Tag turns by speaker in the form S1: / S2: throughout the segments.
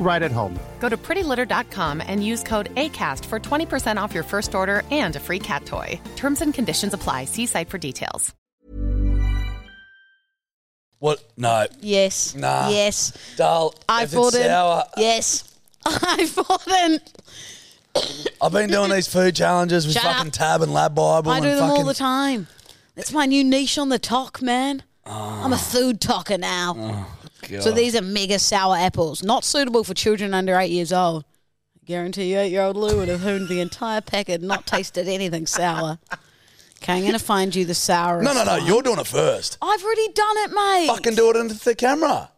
S1: right at home.
S2: Go to prettylitter.com and use code ACAST for 20% off your first order and a free cat toy. Terms and conditions apply. See site for details.
S3: What? No.
S4: Yes.
S3: Nah.
S4: Yes.
S3: Dal,
S4: I
S3: if
S4: bought
S3: it's
S4: it.
S3: sour,
S4: Yes. I bought it.
S3: I've been doing these food challenges with
S4: Shut
S3: fucking
S4: up.
S3: Tab and Lab Bible.
S4: I
S3: and
S4: do them
S3: fucking, Ah.
S4: all the time. That's my new niche on the talk, man. I'm a food talker now.
S3: Oh,
S4: So these are mega sour apples, not suitable for children under eight years old. I guarantee you, eight-year-old Lou would have honed the entire packet and not tasted anything sour. Okay, I'm going to find you the sour.
S3: No, no, no. You're doing it first.
S4: I've already done it, mate.
S3: Fucking do it into the camera.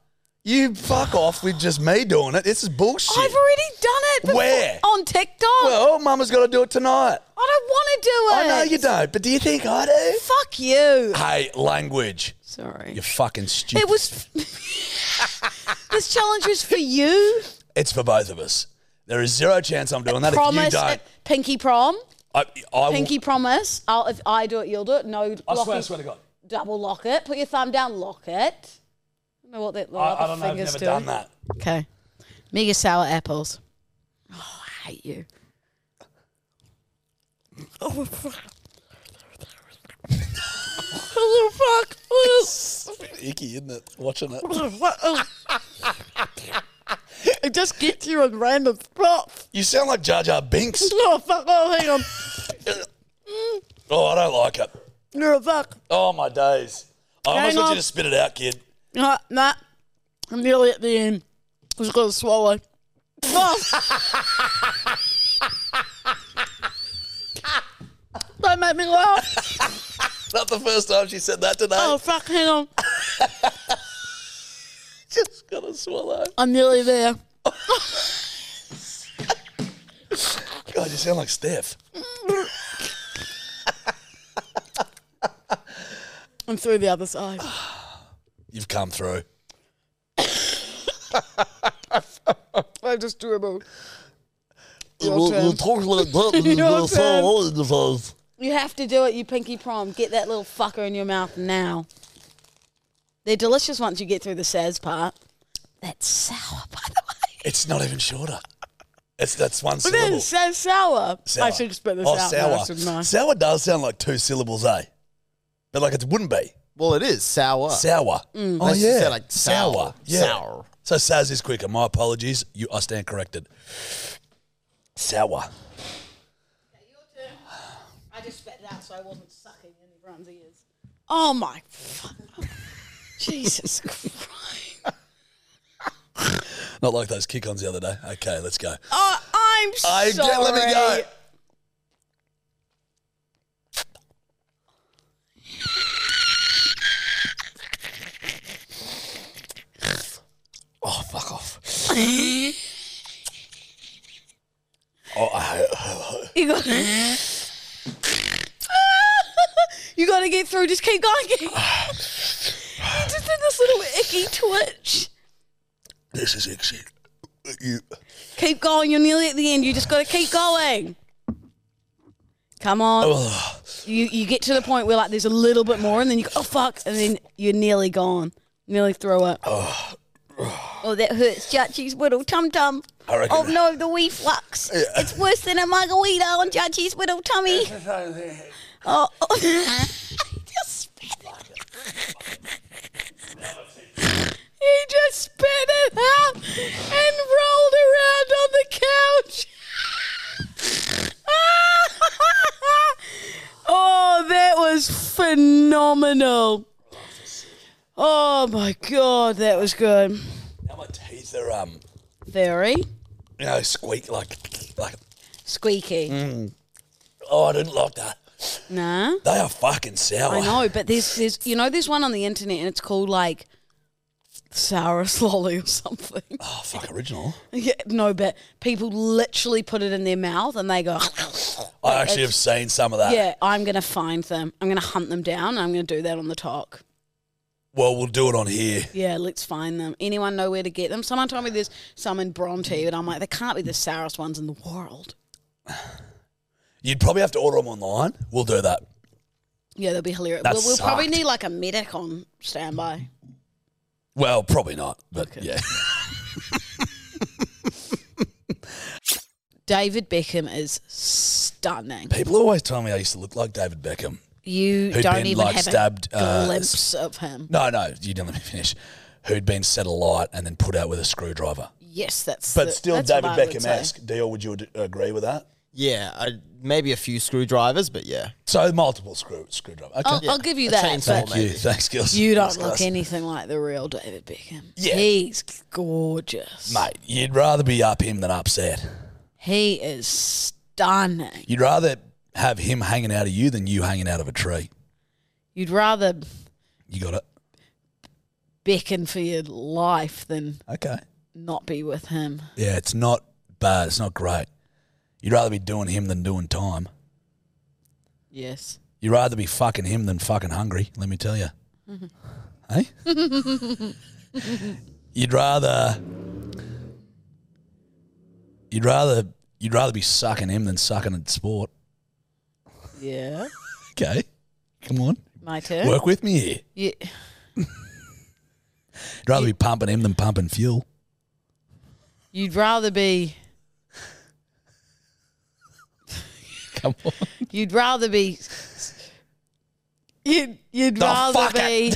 S3: You fuck off with just me doing it. This is bullshit.
S4: I've already done it. before-
S3: Where?
S4: On TikTok.
S3: well, Mama's got to do it tonight.
S4: I don't want to do it.
S3: I know you don't, but do you think I do?
S4: Fuck you.
S3: Hey, language.
S4: Sorry.
S3: You're fucking stupid.
S4: It was. this challenge was for you.
S3: It's for both of us. There is zero chance I'm doing that
S4: promise. Eh,
S3: if you don't.
S4: pinky prom.
S3: I, I
S4: Pinky promise. I'll, if I do it, you'll do it. No,
S3: will, I
S4: lock
S3: swear, I
S4: it.
S3: swear to God.
S4: double lock it. Put your thumb down. Lock it. I don't know what that
S3: I, I
S4: other
S3: don't know. I've
S4: fingers
S3: never
S4: do.
S3: done that.
S4: Okay. Mega sour apples. Oh, I hate you. Oh, fuck. oh, fuck.
S3: Icky, isn't it? Watching it.
S4: It just gets you on random spots.
S3: You sound like Jar Jar Binks.
S4: Oh, fuck. Oh, hang on. Mm.
S3: Oh, I don't like it.
S4: You're a fuck.
S3: Oh my days. I
S4: Hang
S3: almost want
S4: on.
S3: you to spit it out, kid.
S4: Nah, Ah, nah. I'm nearly at the end. I just got to swallow. Ah. Oh. Don't make me laugh.
S3: Not the first time she said that today.
S4: Oh, fuck, hang on.
S3: Just gotta swallow.
S4: I'm nearly there.
S3: God, you sound like Steph.
S4: I'm through the other side.
S3: You've come through.
S4: I just dribbled.
S3: We'll, we'll talk like that and
S4: Your
S3: we'll say
S4: turn.
S3: all in the face.
S4: You have to do it, you pinky prom. Get that little fucker in your mouth now. They're delicious once you get through the says part. That's sour, by the way.
S3: It's not even shorter. It's that's one
S4: But
S3: syllable.
S4: then so sour. I
S3: Sour.
S4: should spit this
S3: oh,
S4: out.
S3: Sour.
S4: No, I should not.
S3: Sour does sound like two syllables, eh? But like it wouldn't be.
S5: Well, it is sour.
S3: Sour. Oh
S5: Makes it
S3: yeah.
S5: sound like sour.
S3: Yeah.
S5: Sour.
S3: So Saz is quicker. My apologies. You I stand corrected. Sour.
S4: I just spit it out so I wasn't sucking in everyone's ears. Oh my fuck. Jesus Christ.
S3: Not like those kick-ons the other day. Okay, let's go.
S4: Oh, I'm
S3: I
S4: sorry.
S3: get, let me go. Oh, fuck off. oh, I,
S4: You got You gotta get through, just keep going. Keep... you just did this little icky twitch.
S3: this is itchy. You,
S4: Keep going, you're nearly at the end, you just gotta keep going. Come on.
S3: oh,
S4: you you get to the point where like there's a little bit more, and then you go, oh fuck, and then you're nearly gone, nearly throw up. Oh, that hurts, Judgy's little tum tum.
S3: I reckon.
S4: Oh no, the wee flux. It's worse than a margarita on Judgy's little tummy. oh, oh. he just spit it. he just spit it out and rolled around on the couch. oh, that was phenomenal. phenomenal. Oh my god, that was good.
S3: Now my teeth are um,
S4: Very
S3: you know, squeak like like.
S4: squeaky.
S3: Oh, I didn't like that.
S4: Nah.
S3: They are fucking sour.
S4: I know, but there's there's you know there's one on the internet and it's called like Sarah Lolly or something.
S3: Oh, fuck original.
S4: yeah, no, but people literally put it in their mouth and they go.
S3: I actually have seen some of that.
S4: yeah, I'm gonna find them. I'm gonna hunt them down. and I'm gonna do that on the talk.
S3: Well, we'll do it on here.
S4: Yeah, let's find them. Anyone know where to get them? Someone told me there's some in Bronte, but I'm like, they can't be the sourest ones in the world.
S3: You'd probably have to order them online. We'll do that.
S4: Yeah, they'll be hilarious.
S3: That
S4: We'll, we'll probably
S3: sucked.
S4: need like a medic on standby.
S3: Well, probably not, but
S4: Okay.
S3: yeah.
S4: David Beckham is stunning.
S3: People always tell me I used to look like David Beckham.
S4: You
S3: Who'd
S4: don't
S3: been,
S4: even
S3: like,
S4: have
S3: stabbed,
S4: a
S3: uh,
S4: glimpse of him.
S3: No, no, you didn't let me finish. Who'd been set alight and then put out with a screwdriver.
S4: Yes, that's.
S3: But
S4: the-
S3: still
S4: that's what
S3: David
S4: I would
S3: Beckham
S4: say.
S3: esque. Deal, would you ad- agree with that?
S6: Yeah, I, maybe a few screwdrivers, but yeah.
S3: So multiple screw screwdriver. Okay.
S4: I'll, I'll give you
S6: A
S4: that.
S6: chainsaw,
S4: But
S3: Thank you. Thanks, Gils.
S4: you don't
S3: Thanks,
S4: look
S3: guys.
S4: anything like the real David Beckham.
S3: Yeah.
S4: he's gorgeous.
S3: Mate, you'd rather be up him than upset.
S4: He is stunning.
S3: You'd rather have him hanging out of you than you hanging out of a tree.
S4: You'd rather
S3: You got it?
S4: beckon for your life than
S3: Okay.
S4: not be with him.
S3: Yeah, it's not bad. It's not great. You'd rather be doing him than doing time.
S4: Yes.
S3: You'd rather be fucking him than fucking hungry, let me tell you. Hey? you'd rather You'd rather you'd rather be sucking him than sucking at sport.
S4: Yeah.
S3: Okay. Come on.
S4: My turn.
S3: Work with me here.
S4: Yeah.
S3: You'd rather be pumping him than pumping fuel.
S4: You'd rather be.
S3: Come on.
S4: You'd rather be. You'd, you'd
S3: Oh,
S4: rather
S3: fuck
S4: be.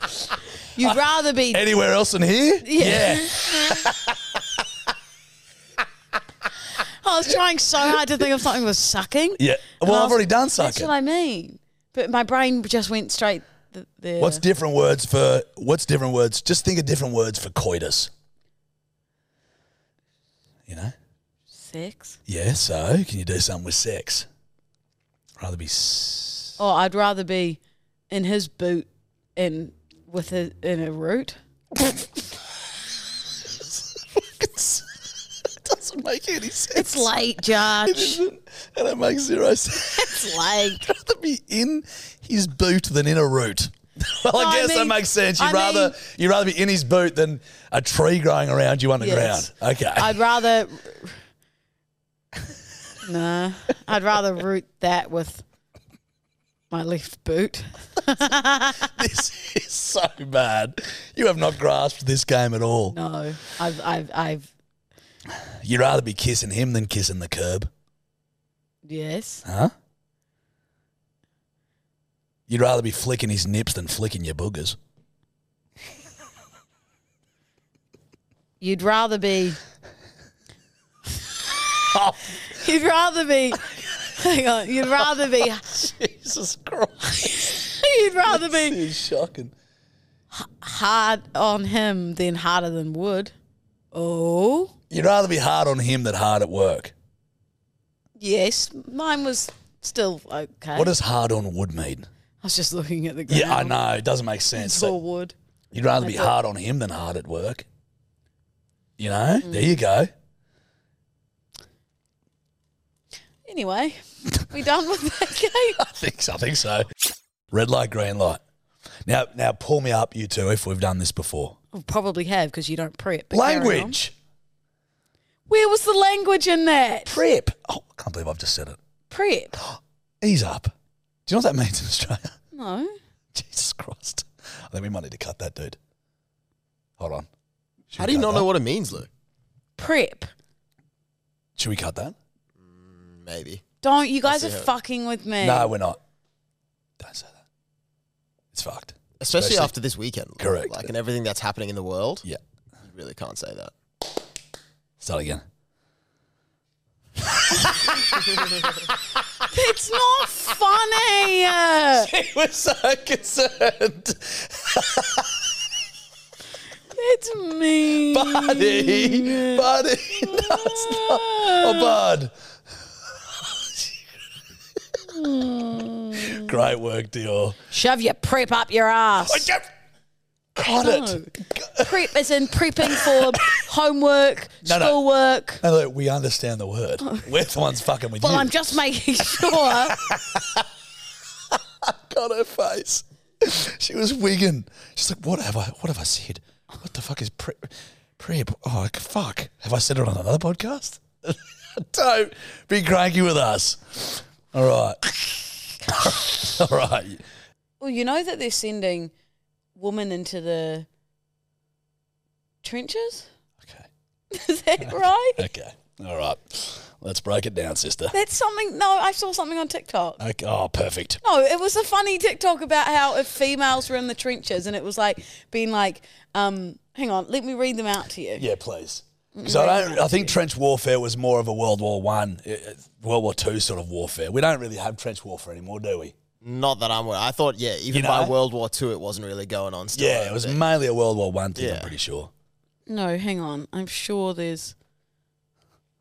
S3: it.
S4: you'd rather be.
S3: Anywhere else in here?
S4: Yeah. oh, I was trying so hard to think of something with sucking.
S3: Yeah.
S4: And
S3: Well,
S4: I
S3: I've
S4: was-
S3: already done
S4: That's
S3: sucking.
S4: what I mean. But my brain just went straight th- there.
S3: What's different words for what's different words? Just think of different words for coitus. You know?
S4: sex?
S3: Yeah, so can you do something with sex? Rather be s-
S4: Oh, I'd rather be in his boot and with a in a root.
S3: doesn't make any sense.
S4: It's late, Judge.
S3: and it makes zero sense.
S4: it's late.
S3: rather be in his boot than in a root. Well,
S4: No,
S3: I
S4: I
S3: guess that
S4: mean-
S3: makes sense. You'd
S4: I
S3: rather
S4: mean-
S3: you'd rather be in his boot than a tree growing around you underground.
S4: Yes.
S3: Okay.
S4: I'd rather. no, I'd rather root that with my left boot.
S3: this is so bad. You have not grasped this game at all.
S4: No, I've, I've, I've.
S3: You'd rather be kissing him than kissing the curb,
S4: Yes.
S3: huh? You'd rather be flicking his nips than flicking your boogers.
S4: You'd rather be.
S3: Oh,
S4: You'd rather be. Hang on. You'd rather be.
S3: Jesus Christ.
S4: You'd rather
S3: This
S4: be
S3: is shocking.
S4: hard on him than harder than wood. Oh.
S3: You'd rather be hard on him than hard at work.
S4: Yes, mine was still okay.
S3: What does hard on wood mean?
S4: I was just looking at the ground.
S3: Yeah, I know. It doesn't make sense.
S4: It's
S3: So
S4: all wood.
S3: you'd rather be
S4: I thought-
S3: hard on him than hard at work. You know?
S6: Mm.
S3: There you go.
S4: Anyway, we done with that game.
S3: I think, I think so. Red light, green light. Now, now, pull me up, you two, if we've done this before.
S4: Well, probably have because you don't prep. but carry on.
S3: Language.
S4: Where was the language in that?
S3: Prep. Oh, I can't believe I've just said it.
S4: prep.
S3: Ease up. Do you know what that means in Australia?
S4: No.
S3: Jesus Christ. I think we might need to cut that, dude. Hold on. Should
S6: How
S3: we
S6: do you
S3: cut
S6: not know
S3: that?
S6: what it means, Luke?
S4: Prep.
S3: Should we cut that?
S6: Maybe.
S4: Don't. You guys
S6: see
S4: are
S6: how it-
S4: fucking with me.
S3: No, we're not. Don't say that. It's fucked.
S6: Especially,
S3: Especially-
S6: after this weekend. Luke.
S3: Correct.
S6: Like, and everything that's happening in the world,
S3: Yeah.
S6: you really can't say that.
S3: Start again.
S4: It's not funny.
S3: He was so concerned.
S4: It's me.
S3: Buddy, buddy, no, it's not. Oh, bud. Great work, Dior.
S4: Shove your prep up your ass.
S3: I don't- Got it.
S4: prep is in prepping for homework,
S3: No, no.
S4: schoolwork.
S3: No, look, we understand the word. We're the ones fucking with
S4: Well,
S3: you.
S4: I'm just making sure.
S3: Got her face. She was wigging. She's like, "What have I? What have I said? What the fuck is pre- prep? Oh fuck! Have I said it on another podcast? Don't be cranky with us. All right, all right.
S4: well, you know that they're sending women into the trenches?
S3: Okay,
S4: Is that right?
S3: okay, all right. Let's break it down, sister.
S4: That's something. No, I saw something on TikTok.
S3: Okay. Oh, perfect.
S4: No, it was a funny TikTok about how if females were in the trenches and it was like being like, um, hang on, let me read them out to you.
S3: Yeah, please. Because I don't. I think trench warfare was more of a World War One, uh, uh, World War Two sort of warfare. We don't really have trench warfare anymore, do we?
S6: Not that I'm aware. I thought, yeah, even
S3: You
S6: by
S3: know?
S6: World War II, it wasn't really going on still. eh?
S3: Yeah, it was mainly a World War One thing. I'm
S6: Yeah.
S3: pretty sure.
S4: No, hang on. I'm sure there's.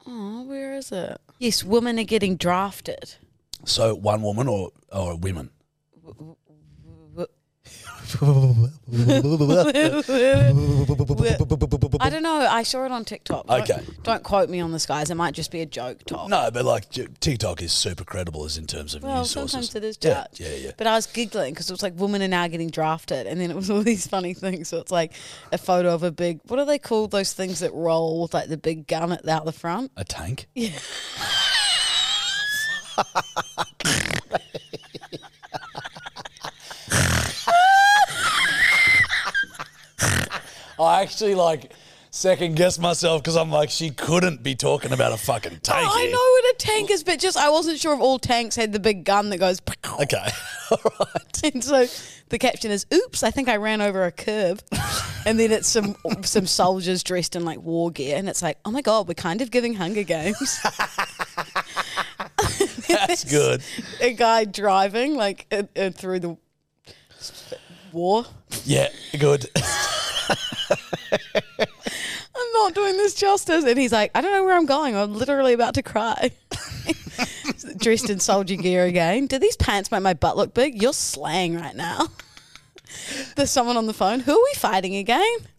S4: Oh, where is it? Yes, women are getting drafted.
S3: So one woman or or women.
S4: I don't know. I saw it on TikTok. Don't-
S3: Okay.
S4: Don't, quote me on this, guys. It might just be a joke, Tom.
S3: No, but like J- TikTok is super credible as in terms of
S4: Well,
S3: news sources.
S4: sometimes it is
S3: Yeah,
S4: judged.
S3: yeah, yeah.
S4: But I was giggling because it was like women are now getting drafted, and then it was all these funny things. So it's like a photo of a big. What are they called? Those things that roll with like the big gun at out the front.
S3: A tank. I actually like second guess myself because I'm like she couldn't be talking about a fucking tank.
S4: Oh, I
S3: here.
S4: know what a tank is, but just I wasn't sure if all tanks had the big gun that goes.
S3: Okay, all right.
S4: And so the caption is, "Oops, I think I ran over a curb," and then it's some some soldiers dressed in like war gear, and it's like, "Oh my god, we're kind of giving Hunger Games."
S3: That's good.
S4: a guy driving like uh, uh, through the war.
S3: Yeah, good.
S4: I'm not doing this justice, and he's like, "I don't know where I'm going. I'm literally about to cry." dressed in soldier gear again. Do these pants make my butt look big? You're slaying right now. There's someone on the phone. Who are we fighting again?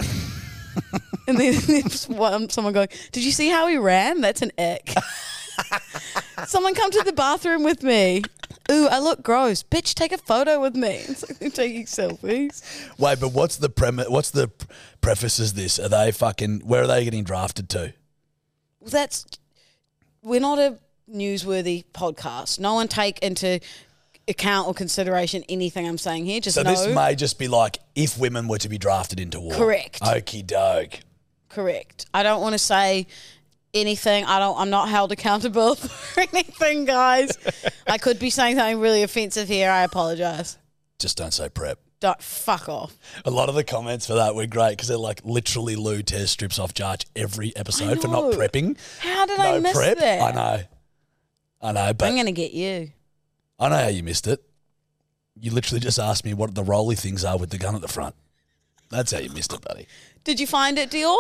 S4: and then there's one, someone going, Did you see how he ran? That's an ick. someone come to the bathroom with me. Ooh, I look gross. Bitch, take a photo with me. It's like they're taking selfies.
S3: Wait, but what's the premise? What's the p- preface? Is this? Are they fucking? Where are they getting drafted to?
S4: Well, that's we're not a newsworthy podcast. No one take into account or consideration anything I'm saying here. Just
S3: So
S4: know
S3: this may just be like if women were to be drafted into war.
S4: Correct.
S3: Okey doke.
S4: correct. I don't want to say anything. I don't. I'm not held accountable for anything, guys. I could be saying something really offensive here. I apologize.
S3: Just don't say prep.
S4: Don't fuck off.
S3: A lot of the comments for that were great because they're like literally Lou Tez strips off Jarch every episode for not
S4: know.
S3: prepping.
S4: How did
S3: no
S4: I miss
S3: prep.
S4: that?
S3: I know. I know, but
S4: I'm gonna get you.
S3: I know how you missed it. You literally just asked me what the roly things are with the gun at the front. That's how you missed it, buddy.
S4: Did you find it, Dior?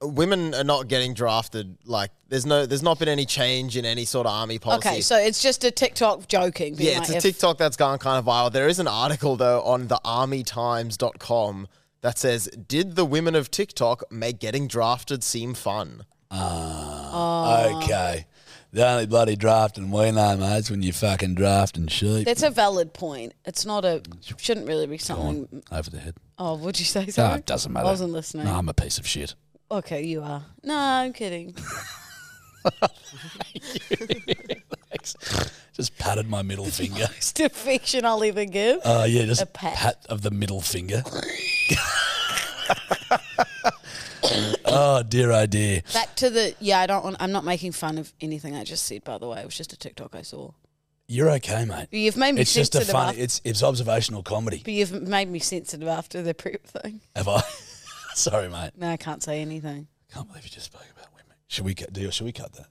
S6: Women are not getting drafted. Like, there's no, there's not been any change in any sort of army policy.
S4: Okay, so it's just a TikTok joking. being
S6: Yeah, it's
S4: like,
S6: a
S4: if-
S6: TikTok that's gone kind of viral. There is an article though on thearmytimes.com that says, "Did the women of TikTok make getting drafted seem fun?"
S3: Uh, Okay. The only bloody drafting we know, mate, is when you're fucking drafting sheep.
S4: That's a valid point. It's not a shouldn't really be something.
S3: over the head.
S4: Oh, would you say so?
S3: No, it doesn't matter.
S4: I wasn't listening.
S3: No, I'm a piece of shit.
S4: Okay, you are. No, I'm kidding.
S3: Just patted my middle finger.
S4: It's defection I'll even give.
S3: Uh, yeah, just
S4: A pat.
S3: of the middle finger. oh dear, oh dear.
S4: Back to the yeah. I don't want. I'm not making fun of anything I just said. By the way, it was just a TikTok I saw.
S3: You're okay, mate.
S4: You've made me
S3: It's just a
S4: sensitive.
S3: fun.
S4: after,
S3: It's it's observational comedy.
S4: but you've made me sensitive after the prep thing.
S3: Have I? Sorry, mate.
S4: No, I can't say anything.
S3: Can't believe you just spoke about women. Should we cut? Do should we cut that?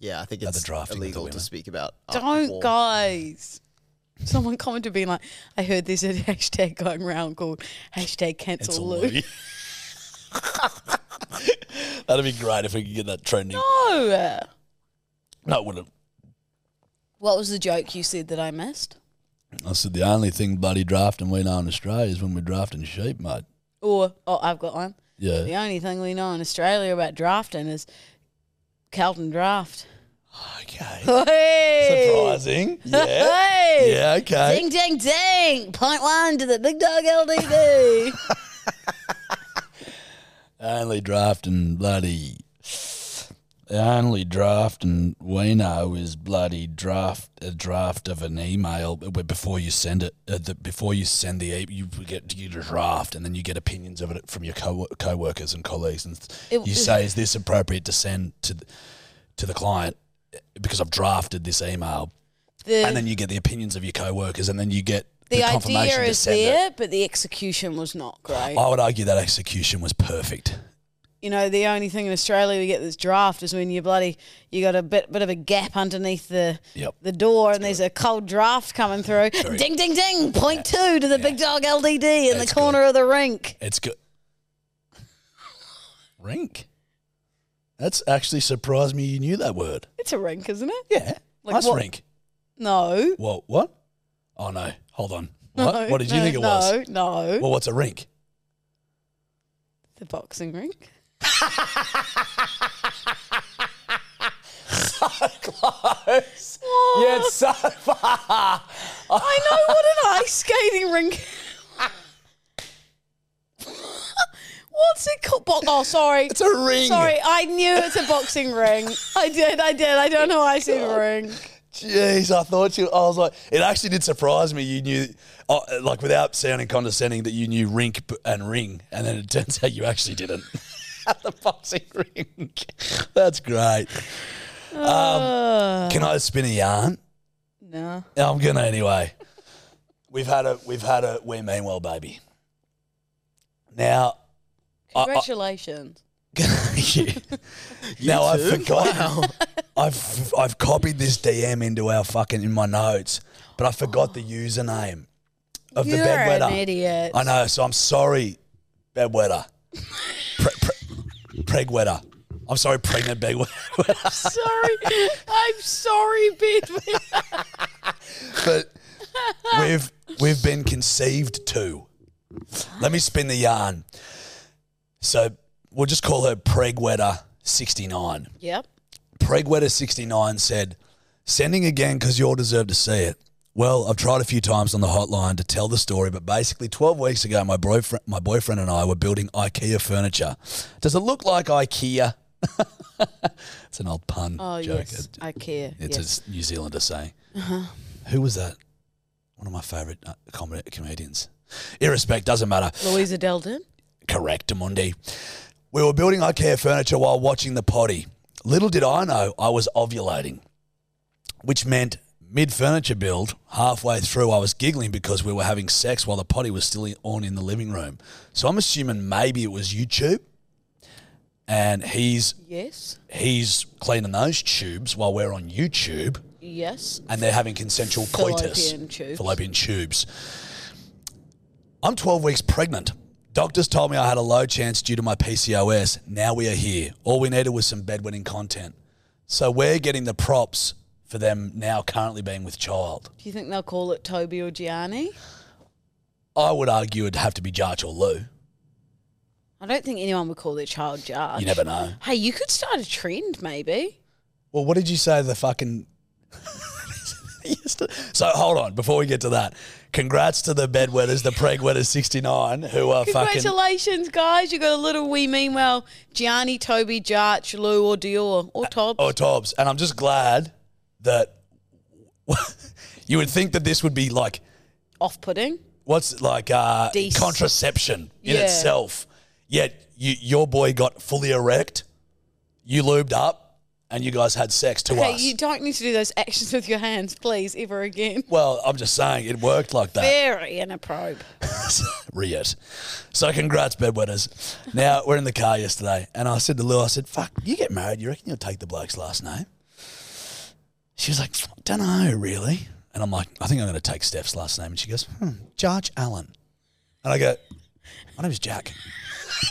S6: Yeah, I think
S3: Another
S6: it's
S3: drafting of the
S6: illegal to
S3: women.
S6: speak about.
S3: Oh,
S6: after
S4: Don't,
S6: war.
S4: guys. Someone commented being like, I heard there's a hashtag going around called hashtag cancel, Lou.
S3: Louis. That'd be great if we could get that trending. No,
S4: No.
S3: it wouldn't.
S4: What was the joke you said that I missed?
S3: I said the only thing bloody drafting we know in Australia is when we're drafting sheep, mate.
S4: Or, oh, I've got one.
S3: Yeah.
S4: The only thing we know in Australia about drafting is Carlton draft.
S3: Okay.
S4: Hey!
S3: Surprising. Yeah.
S4: Hey!
S3: Yeah. Okay.
S4: Ding, ding, ding! Point one to the big dog LDD.
S3: only draft and bloody the only draft and we know is bloody draft a draft of an email where before you send it uh, the, before you send the e- you get you draft and then you get opinions of it from your co co-workers and colleagues and
S4: It-
S3: you say is this appropriate to send to th- to the client because I've drafted this email
S4: The-
S3: and then you get the opinions of your co-workers and then you get the,
S4: the,
S3: confirmation
S4: idea
S3: to
S4: is
S3: send
S4: there, but the execution was not great.
S3: it. I would argue that execution was perfect.
S4: you know, the only thing in Australia we get this draft is when you bloody you got a bit bit of a gap underneath the
S3: Yep.
S4: the door, and there's a cold draft coming through.
S3: Very-
S4: Ding, ding, ding! Point two to the big dog LDD in
S3: That's
S4: the corner
S3: good.
S4: of the rink.
S3: It's good. Rink. That's actually surprised me. You knew that word.
S4: It's a rink, isn't it?
S3: Yeah.
S4: Like
S3: ice
S4: what?
S3: rink.
S4: No.
S3: Well, what? Oh no. Hold on. What?
S4: No,
S3: what did you
S4: no,
S3: think it
S4: no,
S3: was?
S4: No,
S3: Well, what's a rink?
S4: the boxing rink.
S3: Close. Yeah, it's so far.
S4: I know what an ice skating rink. What's it called? Bo- oh, sorry.
S3: It's a ring.
S4: Sorry, I knew it's a boxing ring. I did, I did. I don't know why I said ring.
S3: Jeez, I thought you. I was like, it actually did surprise me. You knew, uh, like, without sounding condescending, that you knew rink b- and ring, and then it turns out you actually didn't. At the boxing rink. That's great. Um, can I spin a yarn?
S4: No.
S3: I'm gonna anyway. We've had a we've had a we mean well baby. Now, I- I-
S4: Congratulations.
S3: now I've
S6: too?
S3: forgotten. I've I've copied this DM into our fucking in my notes, but I forgot the username of the
S4: You're
S3: bedwetter.
S4: an idiot.
S3: I know, so I'm sorry, bedwetter. Pre- pre- pregwetter. I'm sorry, pregnant bedwetter.
S4: sorry. I'm sorry, Bedwetter.
S3: but we've we've been conceived to. Let me spin the yarn. So we'll just call her Pregwetter sixty nine.
S4: Yep.
S3: Pregwetter69 said, Sending again because you all deserve to see it. Well, I've tried a few times on the hotline to tell the story, but basically 12 weeks ago, my boyfriend, my boyfriend and I were building IKEA furniture. Does it look like IKEA? it's an old pun
S4: Oh,
S3: joke.
S4: yes.
S3: It-
S4: I care.
S3: It's
S4: yes. Uh-huh.
S3: a New Zealander saying. Who was that? One of my favourite uh, com- comedians. Irrespect, doesn't matter.
S4: Louisa Delden.
S3: Correct, Amundi. We were building IKEA furniture while watching the potty. Little did I know I was ovulating, which meant mid furniture build, halfway through, I was giggling because we were having sex while the potty was still on in the living room. So I'm assuming maybe it was YouTube and he's
S4: Yes.
S3: he's cleaning those tubes while we're on YouTube
S4: Yes.
S3: and they're having consensual coitus.
S4: Fallopian tubes.
S3: Fallopian tubes. I'm 12 weeks pregnant. Doctors told me I had a low chance due to my PCOS. Now we are here. All we needed was some bedwetting content. So we're getting the props for them now currently being with child.
S4: Do you think they'll call it Toby or Gianni?
S3: I would argue it'd have to be Jarch or Lou.
S4: I don't think anyone would call their child Jarge.
S3: You never know.
S4: Hey, you could start a trend, maybe.
S3: Well, what did you say the fucking. so hold on before we get to that. Congrats to the bedwetters, the pregwetters 69, who are fucking.
S4: Congratulations, guys. You got a little we mean well. Gianni, Toby, Jarch, Lou, or Dior, or Todd.
S3: Oh, Tobbs. And I'm just glad that you would think that this would be like,
S4: Off putting.
S3: what's like uh,
S4: Dece-
S3: contraception in
S4: Yeah.
S3: itself. Yet you, your boy got fully erect, you lubed up, and you guys had sex to
S4: Okay,
S3: us.
S4: you don't need to do those actions with your hands, please, ever again.
S3: well, I'm just saying it worked like that.
S4: Very inappropriate.
S3: Riot. So congrats, bedwetters. Now we're in the car yesterday, and I said to Lou, I said, "Fuck, you get married, you reckon you'll take the bloke's last name?" She was like, "Don't know, really." And I'm like, "I think I'm going to take Steph's last name." And she goes, hmm, "Judge Allen," and I go, "My name's Jack."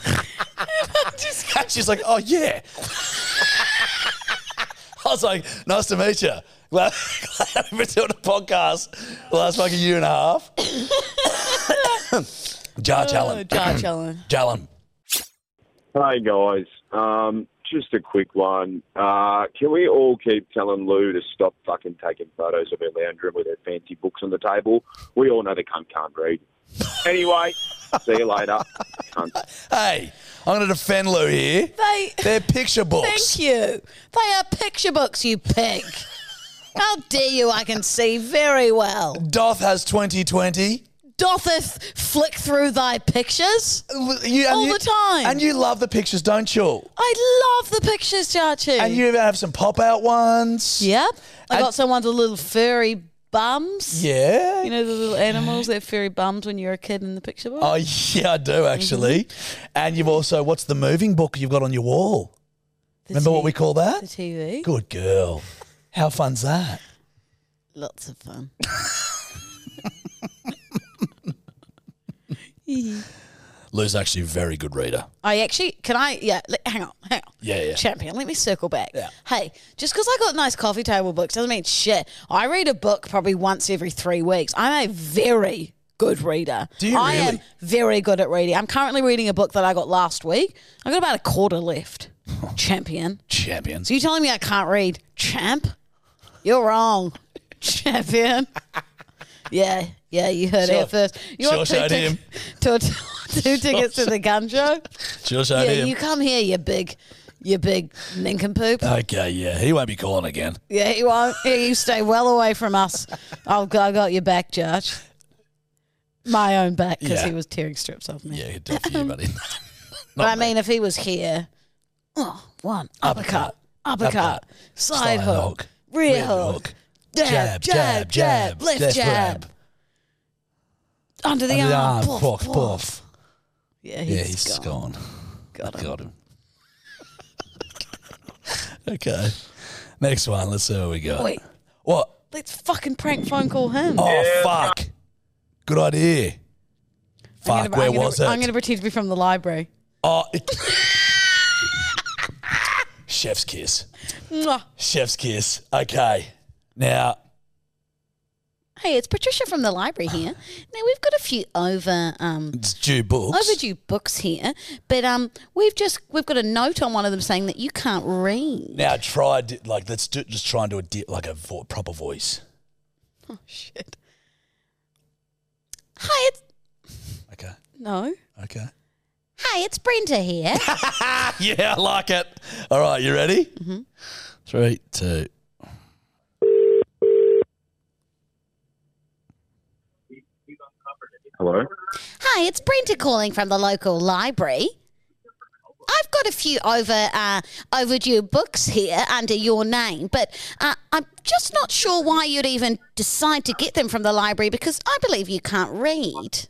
S3: and she's like, "Oh yeah." I was like, "Nice to meet you." Glad, glad I've been doing a podcast the last fucking year and a half.
S4: Oh,
S3: Judge Allen.
S4: Judge Allen.
S3: Jalen.
S5: Hey guys, um, just a quick one. Uh, can we all keep telling Lou to stop fucking taking photos of her lounge room with her fancy books on the table? We all know the cunt can't read. Anyway, see you later. Cunt.
S3: Hey, I'm going to defend Lou here.
S4: They,
S3: They're picture books.
S4: thank you. They are picture books, you pig. How dare you? I can see very well.
S3: Doth has 2020.
S4: Dotheth flick through thy pictures.
S3: You, and
S4: All the time.
S3: And you love the pictures, don't you?
S4: I love the pictures, Chachi.
S3: And you even have some pop out ones.
S4: Yep. I
S3: And-
S4: got someone with little furry bums.
S3: Yeah.
S4: You know the little animals, they're furry bums when you're a kid in the picture book.
S3: Oh, yeah, I do actually.
S4: Mm-hmm.
S3: And you've also, what's the moving book you've got on your wall?
S4: The
S3: Remember what
S4: T-
S3: we call that?
S4: the TV?
S3: Good girl. How fun's that?
S4: Lots of fun.
S3: Lou's actually a very good reader.
S4: I actually can I yeah li- hang on hang on
S3: Yeah, yeah.
S4: champion let me circle back
S3: Yeah.
S4: hey just because I got nice coffee table books doesn't mean shit I read a book probably once every three weeks I'm a very good reader
S3: Do you
S4: I am
S3: really?
S4: very good at reading I'm currently reading a book that I got last week I got about a quarter left champion
S3: Champions.
S4: so you telling me I can't read champ you're wrong champion yeah yeah you heard
S3: Sure.
S4: it first you
S3: Sure
S4: want two,
S3: showed
S4: tic-
S3: him.
S4: two- two tickets to the gun show
S3: Just
S4: yeah, you come here, you big, you big nincompoop.
S3: Okay, yeah. He won't be calling again.
S4: yeah, you won't. Yeah, you stay well away from us. I'll, I got your back, Judge. My own back because
S3: Yeah.
S4: he was tearing strips off me.
S3: Yeah, he'd do it for you, buddy.
S4: but I mean, if he was here, oh, one uppercut, uppercut,
S3: Uppercut.
S4: side
S3: Side
S4: hook,
S3: hook.
S4: rear,
S3: Rear
S4: hook,
S3: hook.
S4: Jab, jab, jab, left jab, under the
S3: Under
S4: arm,
S3: the arm,
S4: poof,
S3: poof,
S4: poof.
S3: poof.
S4: Yeah,
S3: Yeah,
S4: he's
S3: he's
S4: gone.
S3: gone.
S4: Got him.
S3: Got him. okay. Next one. Let's see what we got.
S4: Wait,
S3: What?
S4: let's fucking prank phone call him.
S3: Oh, fuck. Good idea.
S4: I'm
S3: Fuck,
S4: gonna-
S3: where
S4: I'm gonna-
S3: was it?
S4: I'm going to pretend to be from the library.
S3: Oh, it- Chef's kiss.
S4: Mwah.
S3: Chef's kiss. Okay. Now,
S4: Hey, it's Patricia from the library here. Now we've got a few over um
S3: it's due books.
S4: overdue books here, but um we've just we've got a note on one of them saying that you can't read.
S3: Now try d- like let's do, just try and do a di- like a vo- proper voice.
S4: Oh shit. Hi, it's
S3: Okay.
S4: no.
S3: Okay.
S4: Hi, it's Brenda here.
S3: Yeah, I like it. All right, you ready? Mm-hmm. Three, two.
S5: Hello.
S4: Hi, it's Brenda calling from the local library. I've got a few over uh, overdue books here under your name, but uh, I'm just not sure why you'd even decide to get them from the library because I believe you can't read.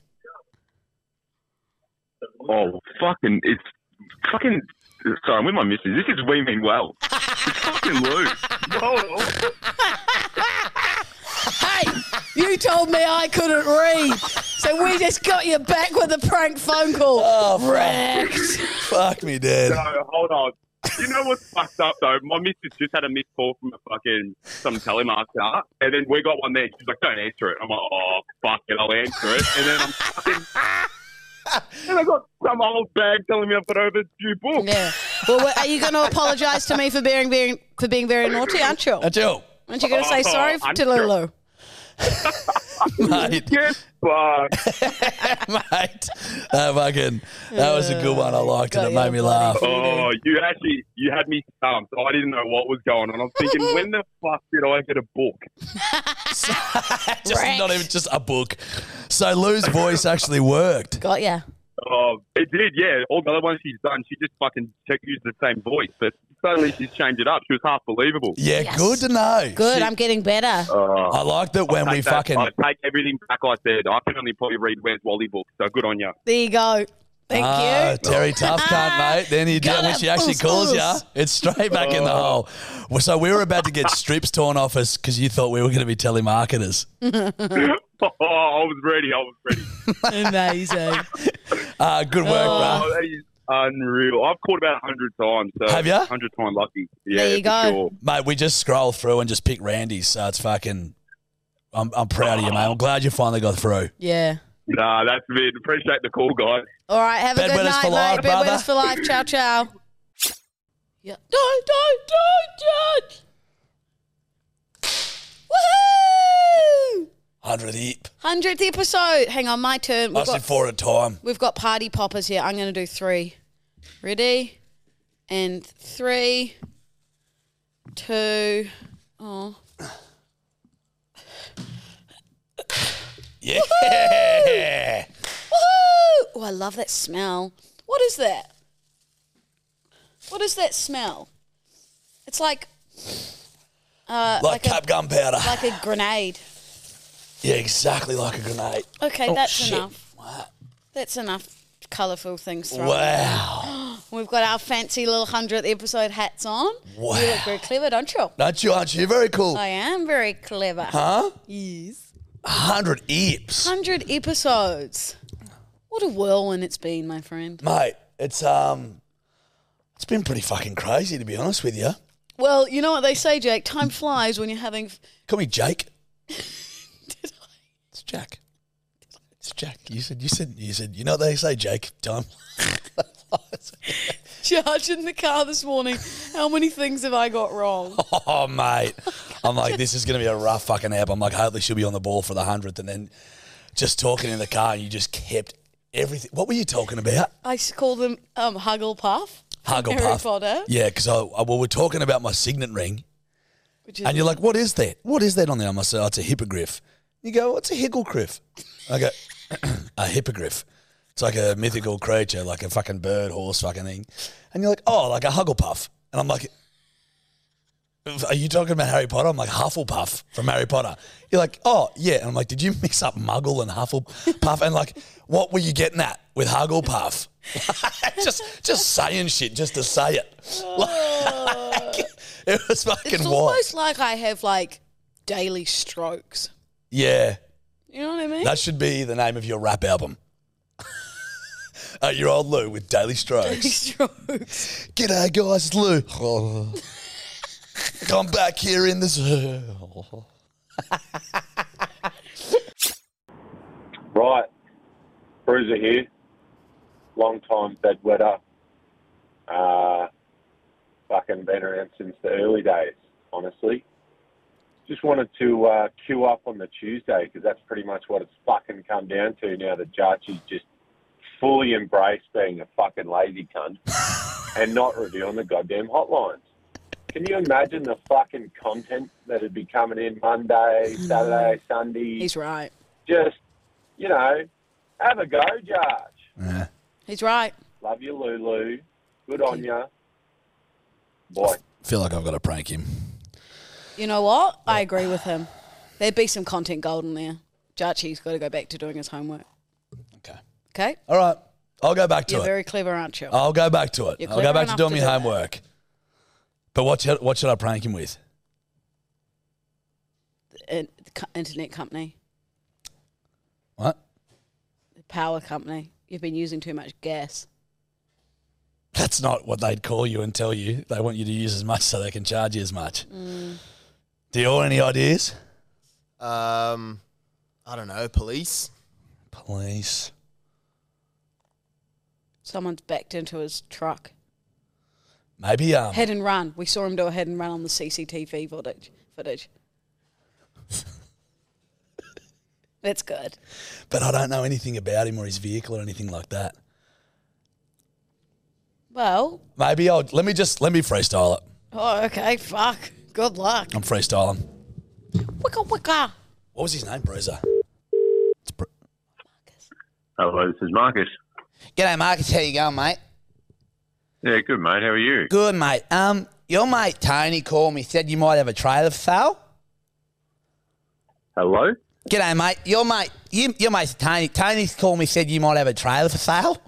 S5: Oh, fucking, it's fucking. Sorry, I'm with my missus. This is We Mean Well. It's fucking Lou.
S4: Hey, you told me I couldn't read, so we just got you back with a prank phone call.
S3: Oh, wrecked. Fuck me, dead.
S7: No, hold on. You know what's fucked up though? My missus just had a missed call from a fucking some telemarketer, and then we got one there. She's like, "Don't answer it." I'm like, "Oh fuck it, I'll answer it." And then I'm fucking, and I got some old bag telling me I've got overdue book.
S4: Yeah. Well, wha- are you going to apologise to me for being, being for being very naughty, aren't you?
S3: Until
S4: Aren't you going to say sorry
S7: Oh, I'm
S4: to
S7: sure.
S4: Lulu?
S3: mate,
S7: Yes, but
S3: mate, that fucking that was a good one. I liked it.
S4: Got
S3: It
S4: you,
S3: made me
S4: buddy.
S3: laugh.
S7: oh, you actually you had me stumped. I didn't know what was going on. I'm thinking, when the fuck did I get a book?
S3: just not even just a book. So Lou's voice actually worked.
S4: Got ya.
S7: Oh, it did, yeah. All the other ones she's done, she just fucking took- used the same voice, but suddenly she's changed it up. She was half believable.
S3: Yeah,
S4: Yes.
S3: good to know.
S4: Good, I'm getting better.
S7: Uh,
S3: I like that when we
S7: take that-
S3: fucking.
S7: I take everything back I said. I can only probably read Where's Wally books, so good on you.
S4: There you go. Thank
S3: Ah,
S4: you. Ah.
S3: Terry Tough cunt, mate. Then you
S4: Got
S3: did when
S4: it,
S3: she actually
S4: fools,
S3: calls ya.
S4: fools.
S3: It's straight back in the
S7: Oh.
S3: hole. Well, So we were about to get strips torn off us because you thought we were going to be telemarketers.
S7: Oh, I was ready. I was ready.
S4: Amazing.
S3: Ah, good work,
S4: Uh.
S7: Oh, that is unreal. I've caught about 100 times. So
S3: Have ya?
S7: 100 time lucky. Yeah,
S4: There
S7: for
S4: you go.
S7: Sure.
S3: bro. Mate, we just scroll through and just pick Randy's. So it's fucking. I'm, I'm proud of you, mate. I'm glad you finally got through.
S4: yeah.
S7: Nah, that's it. Appreciate the call, guys.
S4: All right, have a good
S3: Bedwetters
S4: night,
S3: for life,
S4: mate. Bedwetters
S3: brother.
S4: for life. Ciao, ciao. Yeah. Don't, don't, don't judge. Woohoo!
S3: 100 heap.
S4: 100th episode. Hang on, my turn.
S3: I
S4: We've
S3: said
S4: got,
S3: four at a time.
S4: we've got party poppers here. I'm going to do three. Ready? And three, two, oh.
S3: Yeah.
S4: Woohoo! Oh, I love that smell. What is that? What is that smell? It's like uh,
S3: Like
S4: like,
S3: cap gunpowder.
S4: a, like a grenade.
S3: yeah, exactly like a grenade.
S4: Okay,
S3: Oh,
S4: that's
S3: shit.
S4: enough. That's enough colourful things thrown.
S3: Wow.
S4: We've got our fancy little 100th episode hats on.
S3: Wow.
S4: You look very clever, don't you?
S3: Aren't you? Aren't you? Very cool.
S4: I am very clever.
S3: Huh?
S4: Yes.
S3: 100 eeps.
S4: 100 episodes. What a whirlwind it's been, my friend.
S3: mate. It's um, it's been pretty fucking crazy to be honest with you.
S4: Well, you know what they say, Jake? Time flies when you're having. f-
S3: Call me Jake. It's Jack. It's Jack. You said you said you said you know what they say, Jake. Time.
S4: Charge in the car this morning. How many things have I got wrong?
S3: Oh mate, I'm like this is gonna be a rough fucking app. I'm like hopefully she'll be on the ball for the hundredth, and then just talking in the car, and you just kept everything. What were you talking about?
S4: I s- call them um, Hugglepuff.
S3: Huggle
S4: Harry
S3: puff.
S4: Potter.
S3: Yeah, because I, I well we're talking about my signet ring.
S4: Which is
S3: And you're like, what is that? What is that on there? I'm like, oh, it's a hippogriff. You go, what's a hippogriff? I go, a hippogriff. It's like a mythical creature, like a fucking bird, horse, fucking thing. And you're like, oh, like a Hugglepuff. And I'm like, are you talking about Harry Potter? I'm like, Hufflepuff from Harry Potter. You're like, oh, yeah. And I'm like, did you mix up Muggle and Hufflepuff? And like, what were you getting at with Hugglepuff? just just saying shit just to say it. Like, it was fucking
S4: Oh. it's
S3: wild.
S4: almost like I have like daily strokes.
S3: Yeah,
S4: You know what I mean?
S3: that should be the name of your rap album. uh, your old Lou with Daily Strokes.
S4: strokes.
S3: G'day, guys, it's Lou. Oh. I'm back here in this. Oh.
S5: Right. Bruiser here. Long time bedwetter. Uh, fucking been around since the early days, honestly. Just wanted to uh, queue up on the Tuesday because that's pretty much what it's fucking come down to now that Jarchi's just fully embraced being a fucking lazy cunt and not reviewing the goddamn hotlines. Can you imagine the fucking content that'd be coming in Monday, Saturday, Sunday?
S4: He's right.
S5: just, you know, have a go, Josh.
S4: He's right.
S5: Love you, Lulu. Good on ya. Bye.
S3: Feel like I've got to prank him.
S4: You know what? I agree with him. There'd be some content gold in there. Jarchi's got to go back to doing his homework.
S3: Okay.
S4: Okay?
S3: All right, I'll go back to
S4: You're
S3: it. Oh.
S4: very clever, aren't you?
S3: I'll go back to it.
S4: You're
S3: I'll go back
S4: clever
S3: to doing
S4: enough to
S3: my
S4: do that.
S3: homework. But what should, what should I prank him with?
S4: In- the co- internet company,
S3: What?
S4: the power company. You've been using too much gas.
S3: That's not what they'd call you and tell you. They want you to use as much so they can charge you as much.
S4: Mm.
S3: Do you all any ideas?
S6: Um, I don't know. Police.
S3: Police.
S4: Someone's backed into his truck.
S3: Maybe um,
S4: Head and run. We saw him do a head and run on the CCTV footage. Footage. That's good.
S3: but I don't know anything about him or his vehicle or anything like that.
S4: Well,
S3: Maybe I'll let me just let me freestyle it.
S4: oh, okay. Fuck. Good luck.
S3: I'm freestyling.
S4: Wicka wicka.
S3: What was his name, Bruiser? It's Bru-
S7: Hello, this is Marcus.
S8: G'day, Marcus. How you going, mate?
S7: Yeah, good, mate. How are you?
S8: Good, mate. Um, your mate Tony called me. Said you might have a trailer for sale.
S7: Hello?
S8: G'day, mate. Your mate, you, your mate Tony. Tony's called me. Said you might have a trailer for sale.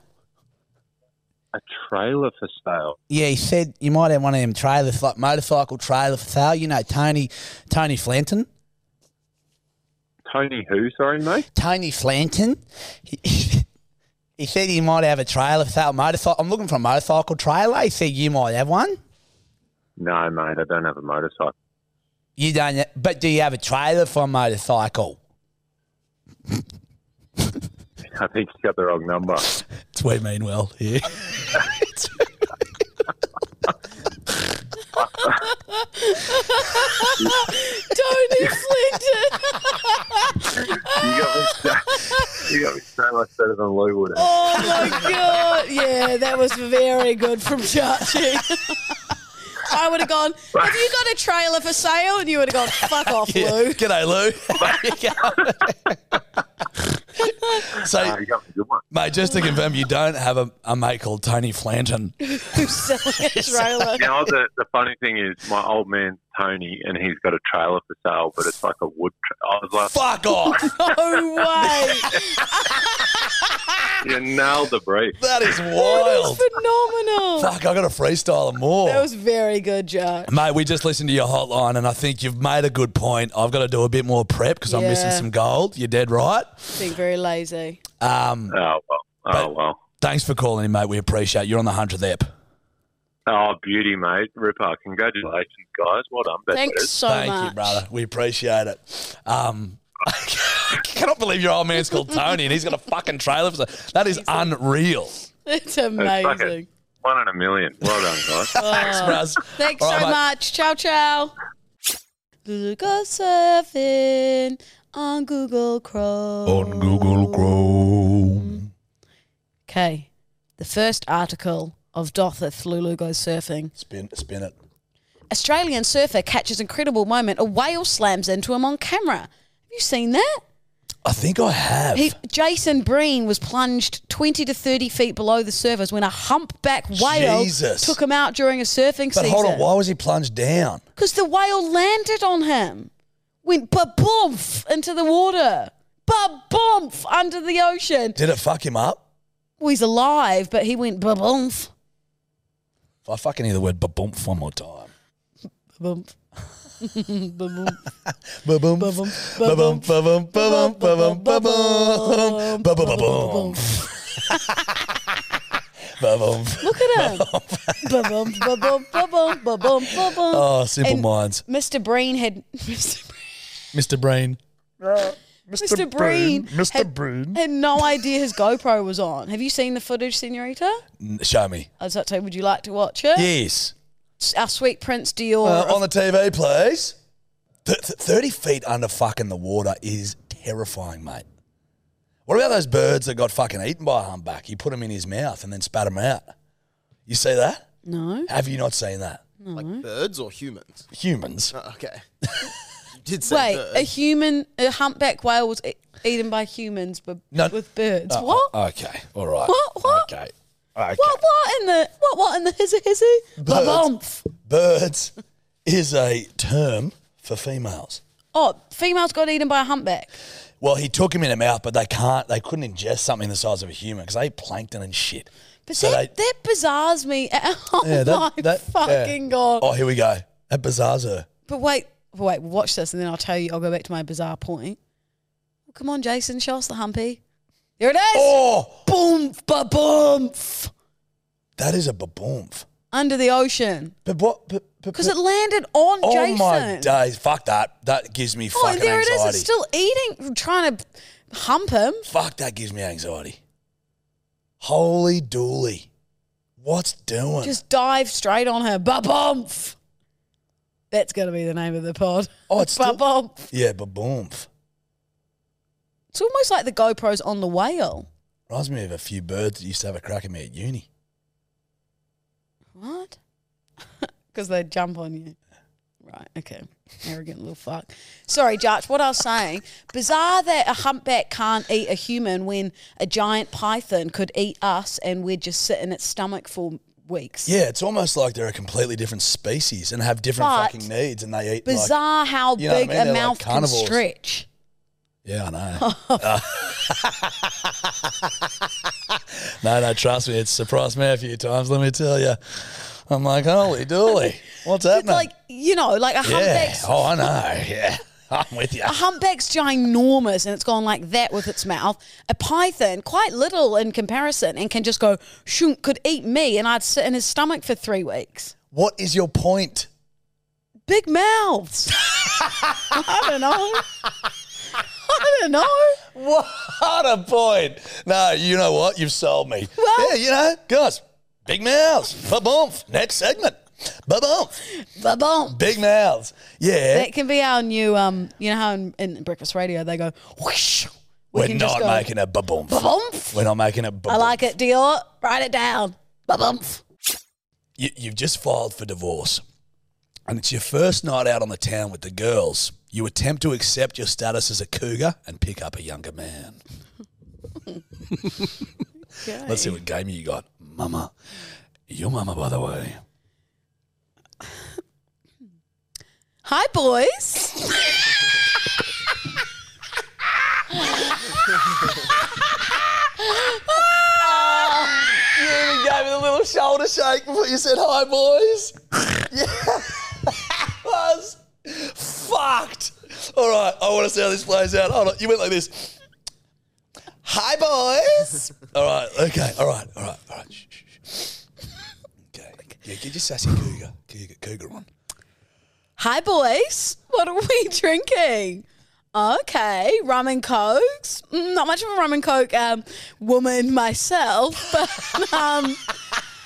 S7: A trailer for sale.
S8: Yeah, he said you might have one of them trailers, like motorcycle trailer for sale. You know, Tony, Tony Flanton.
S7: Tony who, sorry, mate?
S8: Tony Flanton. He, he said he might have a trailer for sale. Motorcycle. I'm looking for a motorcycle trailer. He said you might have one.
S7: No, mate, I don't have a motorcycle.
S8: You don't, but do you have a trailer for a motorcycle?
S7: I think you got the wrong number.
S3: It's way mean well here.
S4: Tony Flinton.
S7: You got me so, you got me so much better than Lou would have.
S4: Oh my god! Yeah, that was very good from Chachi. I would have gone. Have you got a trailer for sale? And you would have gone. Fuck off, Lou.
S3: G'day, Lou.
S7: Uh,
S3: so,
S7: you got me a good one.
S3: mate, just to confirm, you don't have a, a mate called Tony Flanton.
S4: Who's selling a trailer?
S7: You know, the, the funny thing is, my old man's Tony, and he's got a trailer for sale, but it's like a wood. Tra- I was like,
S3: Fuck off.
S4: No way!
S7: you nailed the brief.
S3: That is
S4: That
S3: wild.
S4: was phenomenal.
S3: Fuck, I got a freestyler more.
S4: That was very good, Jack.
S3: Mate, we just listened to your hotline, and I think you've made a good point. I've got to do a bit more prep because I'm missing
S4: Yeah.
S3: some gold. You're dead right.
S4: Being very lazy.
S3: Um,
S7: Oh, well. Oh, well.
S3: thanks for calling, in, mate. We appreciate it. You're on the hundredth ep.
S7: Oh, beauty, mate. Ripper, congratulations, guys. Well done. Best
S4: Thanks so
S3: Thank
S4: much,
S3: you, brother. We appreciate it. Um, I cannot believe your old man's called Tony, and he's got a fucking trailer. For that is unreal.
S7: It's
S4: It's
S7: fucking
S4: amazing.
S7: One in a million. Well done, guys.
S3: Thanks,
S4: Oh.
S3: Russ.
S4: Thanks
S3: All
S4: so
S3: right, mate.
S4: much. Ciao, ciao. Google surfing on Google Chrome.
S3: On Google Chrome.
S4: Okay. The first article of Dothith Lulu goes surfing.
S3: Spin, spin it.
S4: Australian surfer catches incredible moment. A whale slams into him on camera. Have you seen that?
S3: I think I have.
S4: He, Jason Breen was plunged 20 to 30 feet below the surface when a humpback whale
S3: Jesus.
S4: took him out during a surfing
S3: but
S4: season.
S3: hold on, why was he plunged down?
S4: Because the whale landed on him, went ba-boomf into the water, ba-boomf under the ocean.
S3: Did it fuck him up?
S4: Well, he's alive, but he went ba-boomf,
S3: If I fucking hear the word ba-boomf one more time.
S4: ba-boomf, ba-boomf.
S3: Ba-boom,
S4: Ba-boom,
S3: ba-boom, ba-boom, ba-boom, ba-boom,
S4: ba-boom,
S3: ba-boom, ba-boom,
S4: ba-boom, ba-boom.
S3: ba-boom, ba-boom.
S4: Look at him. ba-boom, ba-boom, ba-boom, ba-boom, ba-boom.
S3: Oh, simple
S4: And-
S3: minds.
S4: Mr. Breen had Mr. Breen-
S3: Mr. Brain.
S9: Uh,
S4: Mr. Breen, had, had no idea his GoPro was on. Have you seen the footage, Senorita?
S3: N- Show me.
S4: I was about to say, would you like to watch it?
S3: Yes.
S4: It's Our sweet Prince Dior.
S3: Uh, on the TV, please. Th- th- 30 feet under fucking the water is terrifying, mate. What about those birds that got fucking eaten by a humpback? He put them in his mouth and then spat them out. You see that?
S4: no.
S3: Have you not seen that?
S4: Mm-hmm.
S6: Like birds or humans?
S3: Humans.
S6: Oh, okay. you did say
S4: Wait,
S3: uh,
S6: birds.
S4: a human, a humpback whale was e- eaten by humans but
S3: No.
S4: with birds.
S3: Oh,
S4: what?
S3: Okay. All right.
S4: What? What?
S3: Okay. okay.
S4: what? What in the what? What in the hizzy hizzy?
S3: Birds.
S4: Ba-boomf.
S3: Birds is a term for females.
S4: Oh, females got eaten by a humpback.
S3: Well, he took him in the mouth, but they can't. They couldn't ingest something the size of a human because they eat plankton and shit.
S4: But
S3: So
S4: that,
S3: they-
S4: that bizarres me. Oh my
S3: yeah.
S4: fucking god!
S3: Oh, here we go. That bizarres her.
S4: But wait, wait, watch this, and then I'll tell you. I'll go back to my bizarre point. Well, come on, Jason, show us the humpy. Here it is.
S3: Oh,
S4: Boom, ba boom, f-
S3: that is a baboomf.
S4: under the ocean
S3: But what? But, but,
S4: because
S3: but-
S4: it landed on
S3: oh
S4: Jason.
S3: my days! Fuck that. That gives me
S4: oh,
S3: fucking
S4: and there
S3: anxiety.
S4: it is. It's still eating, trying to hump him.
S3: Fuck, that gives me anxiety. Holy dooly, what's doing?
S4: Just dive straight on her. Ba boom. f- That's gonna be the name of the pod.
S3: Oh, it's
S4: ba
S3: still-
S4: boom.
S3: yeah, baboomf.
S4: It's almost like the GoPro's on the whale.
S3: Reminds me of a few birds that used to have a crack at me at uni.
S4: What? Because they jump on you. Right. Okay. Arrogant little fuck. Sorry, Judge. What I was saying. Bizarre that a humpback can't eat a human when a giant python could eat us and we'd just sit in its stomach for weeks.
S3: Yeah, it's almost like they're a completely different species and have different
S4: But
S3: fucking needs, and they eat like-
S4: Bizarre how
S3: you know what I
S4: big
S3: mean? They're
S4: a
S3: like
S4: mouth can
S3: carnivores.
S4: stretch.
S3: yeah, I know. no, no, trust me, it's surprised me a few times. Let me tell you, I'm like, holy dooly, what's
S4: It's
S3: happening?
S4: like you know, like a
S3: yeah,
S4: humpback's
S3: oh, I know. Yeah, I'm with you.
S4: A humpback's ginormous and it's gone like that with its mouth. A python, quite little in comparison, and can just go, shoot, could eat me, and I'd sit in his stomach for three weeks.
S3: What is your point?
S4: Big mouths. I don't know. I don't know.
S3: What a point! No, you know what? You've sold me.
S4: Well-
S3: yeah, you know, guys, big mouths. Ba-boomf. Next segment. Ba-boomf.
S4: Ba-boom.
S3: Big mouths. Yeah.
S4: That can be our new, um, you know how in, in breakfast radio they go, whoosh.
S3: We're
S4: can just
S3: not
S4: go,
S3: making a ba-boomf.
S4: Ba-boomf.
S3: We're not making a ba-boomf.
S4: I like it, Dior. Write it down. Ba-boom.
S3: You, you've just filed for divorce. And it's your first night out on the town with the girls. You attempt to accept your status as a cougar and pick up a younger man. Let's see what game you got. Mama. Your mama, by the way.
S4: Hi, boys.
S3: You even gave me the little shoulder shake before you said hi, boys. yeah, that was fucked. All right, I want to see how this plays out. Hold on, you went like this. Hi, boys. all right, okay, all right, all right, all right. Shh, shh, shh. Okay, yeah, get your sassy cougar, cougar, cougar on.
S4: Hi, boys. What are we drinking? Okay, rum and cokes. Mm, Not much of a rum and coke um, woman myself, but um,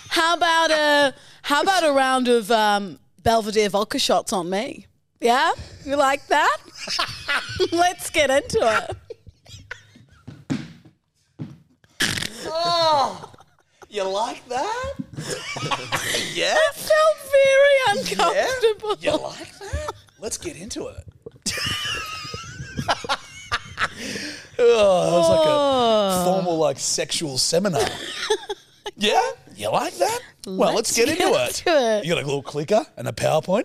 S4: how about a how about a round of um, Belvedere vodka shots on me? Yeah, you like that? Let's get into it.
S3: You like that? yeah,
S4: That felt very
S3: yeah.
S4: uncomfortable.
S3: You like that? Let's get into it. oh, that was like a. formal like sexual seminar. yeah, you like that? well, let's, get, into, it.
S4: into it.
S3: You got a little clicker and a PowerPoint.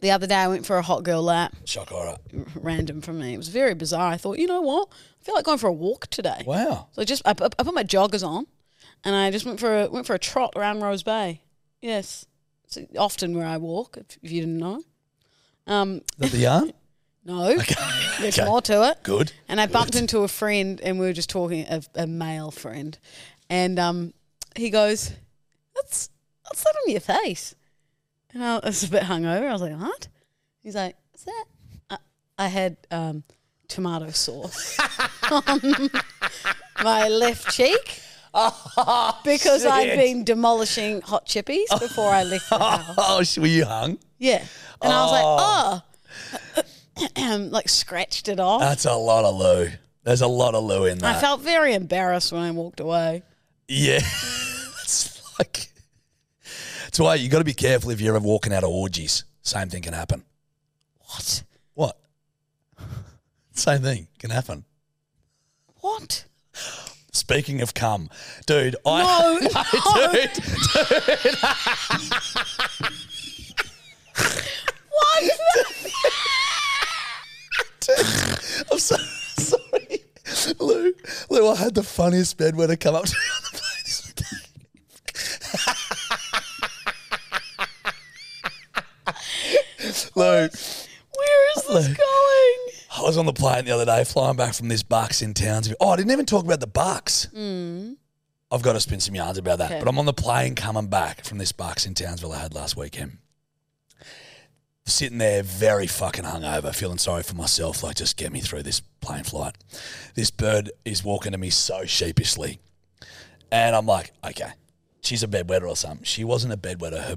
S4: The other day, I went for a hot girl lap.
S3: Shock horror.
S4: Random for me. It was very bizarre. I thought, you know what? I feel like going for a walk today.
S3: Wow.
S4: So I just I, put- I put my joggers on, and I just went for a went for a trot around Rose Bay. Yes, it's often where I walk. If, if you didn't know, um,
S3: Is that the yarn?
S4: no, there's
S3: Okay.
S4: more to it.
S3: Good.
S4: And I bumped into a friend, and we were just talking a, a male friend, and um, he goes, "What's what's that on your face?" And I was a bit hungover. I was like, "What?" He's like, "What's that?" I, I had um, tomato sauce on my left cheek because I'd
S3: shit.
S4: been demolishing hot chippies before I left the house.
S3: Oh, sh- were you hung?
S4: Yeah, and I was like, "Oh." like scratched it off.
S3: That's a lot of loo. There's a lot of loo in that.
S4: I felt very embarrassed when I walked away.
S3: yeah. it's like. That's why you got to be careful if you're ever walking out of orgies. Same thing can happen.
S4: What?
S3: What? Same thing can happen.
S4: What?
S3: Speaking of cum, dude, I
S4: No, no.
S3: dude,
S4: What?
S3: I'm so sorry, Lou. Lou, I had the funniest bedwetter come up to me on the plane the other day. Lou,
S4: Where is this
S3: Look.
S4: going?
S3: I was on the plane the other day, flying back from this Bucks in Townsville. Oh, I didn't even talk about the Bucks. I've got to spin some yarns about that.
S4: Okay.
S3: But I'm on the plane coming back from this Bucks in Townsville I had last weekend. Sitting there, very fucking hungover, feeling sorry for myself. Like, just get me through this plane flight. This bird is walking to me so sheepishly. And I'm like, okay, she's a bedwetter or something. She wasn't a bedwetter. Her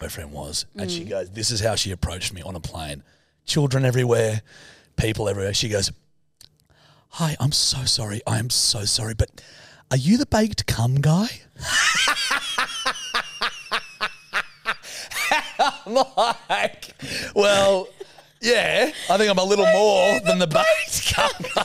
S3: my friend was. And she goes, This is how she approached me on a plane. Children everywhere, people everywhere. She goes, Hi, I'm so sorry. I am so sorry. But are you the baked cum guy? I'm like, Well, yeah, I think I'm a little more than the baked cum guy.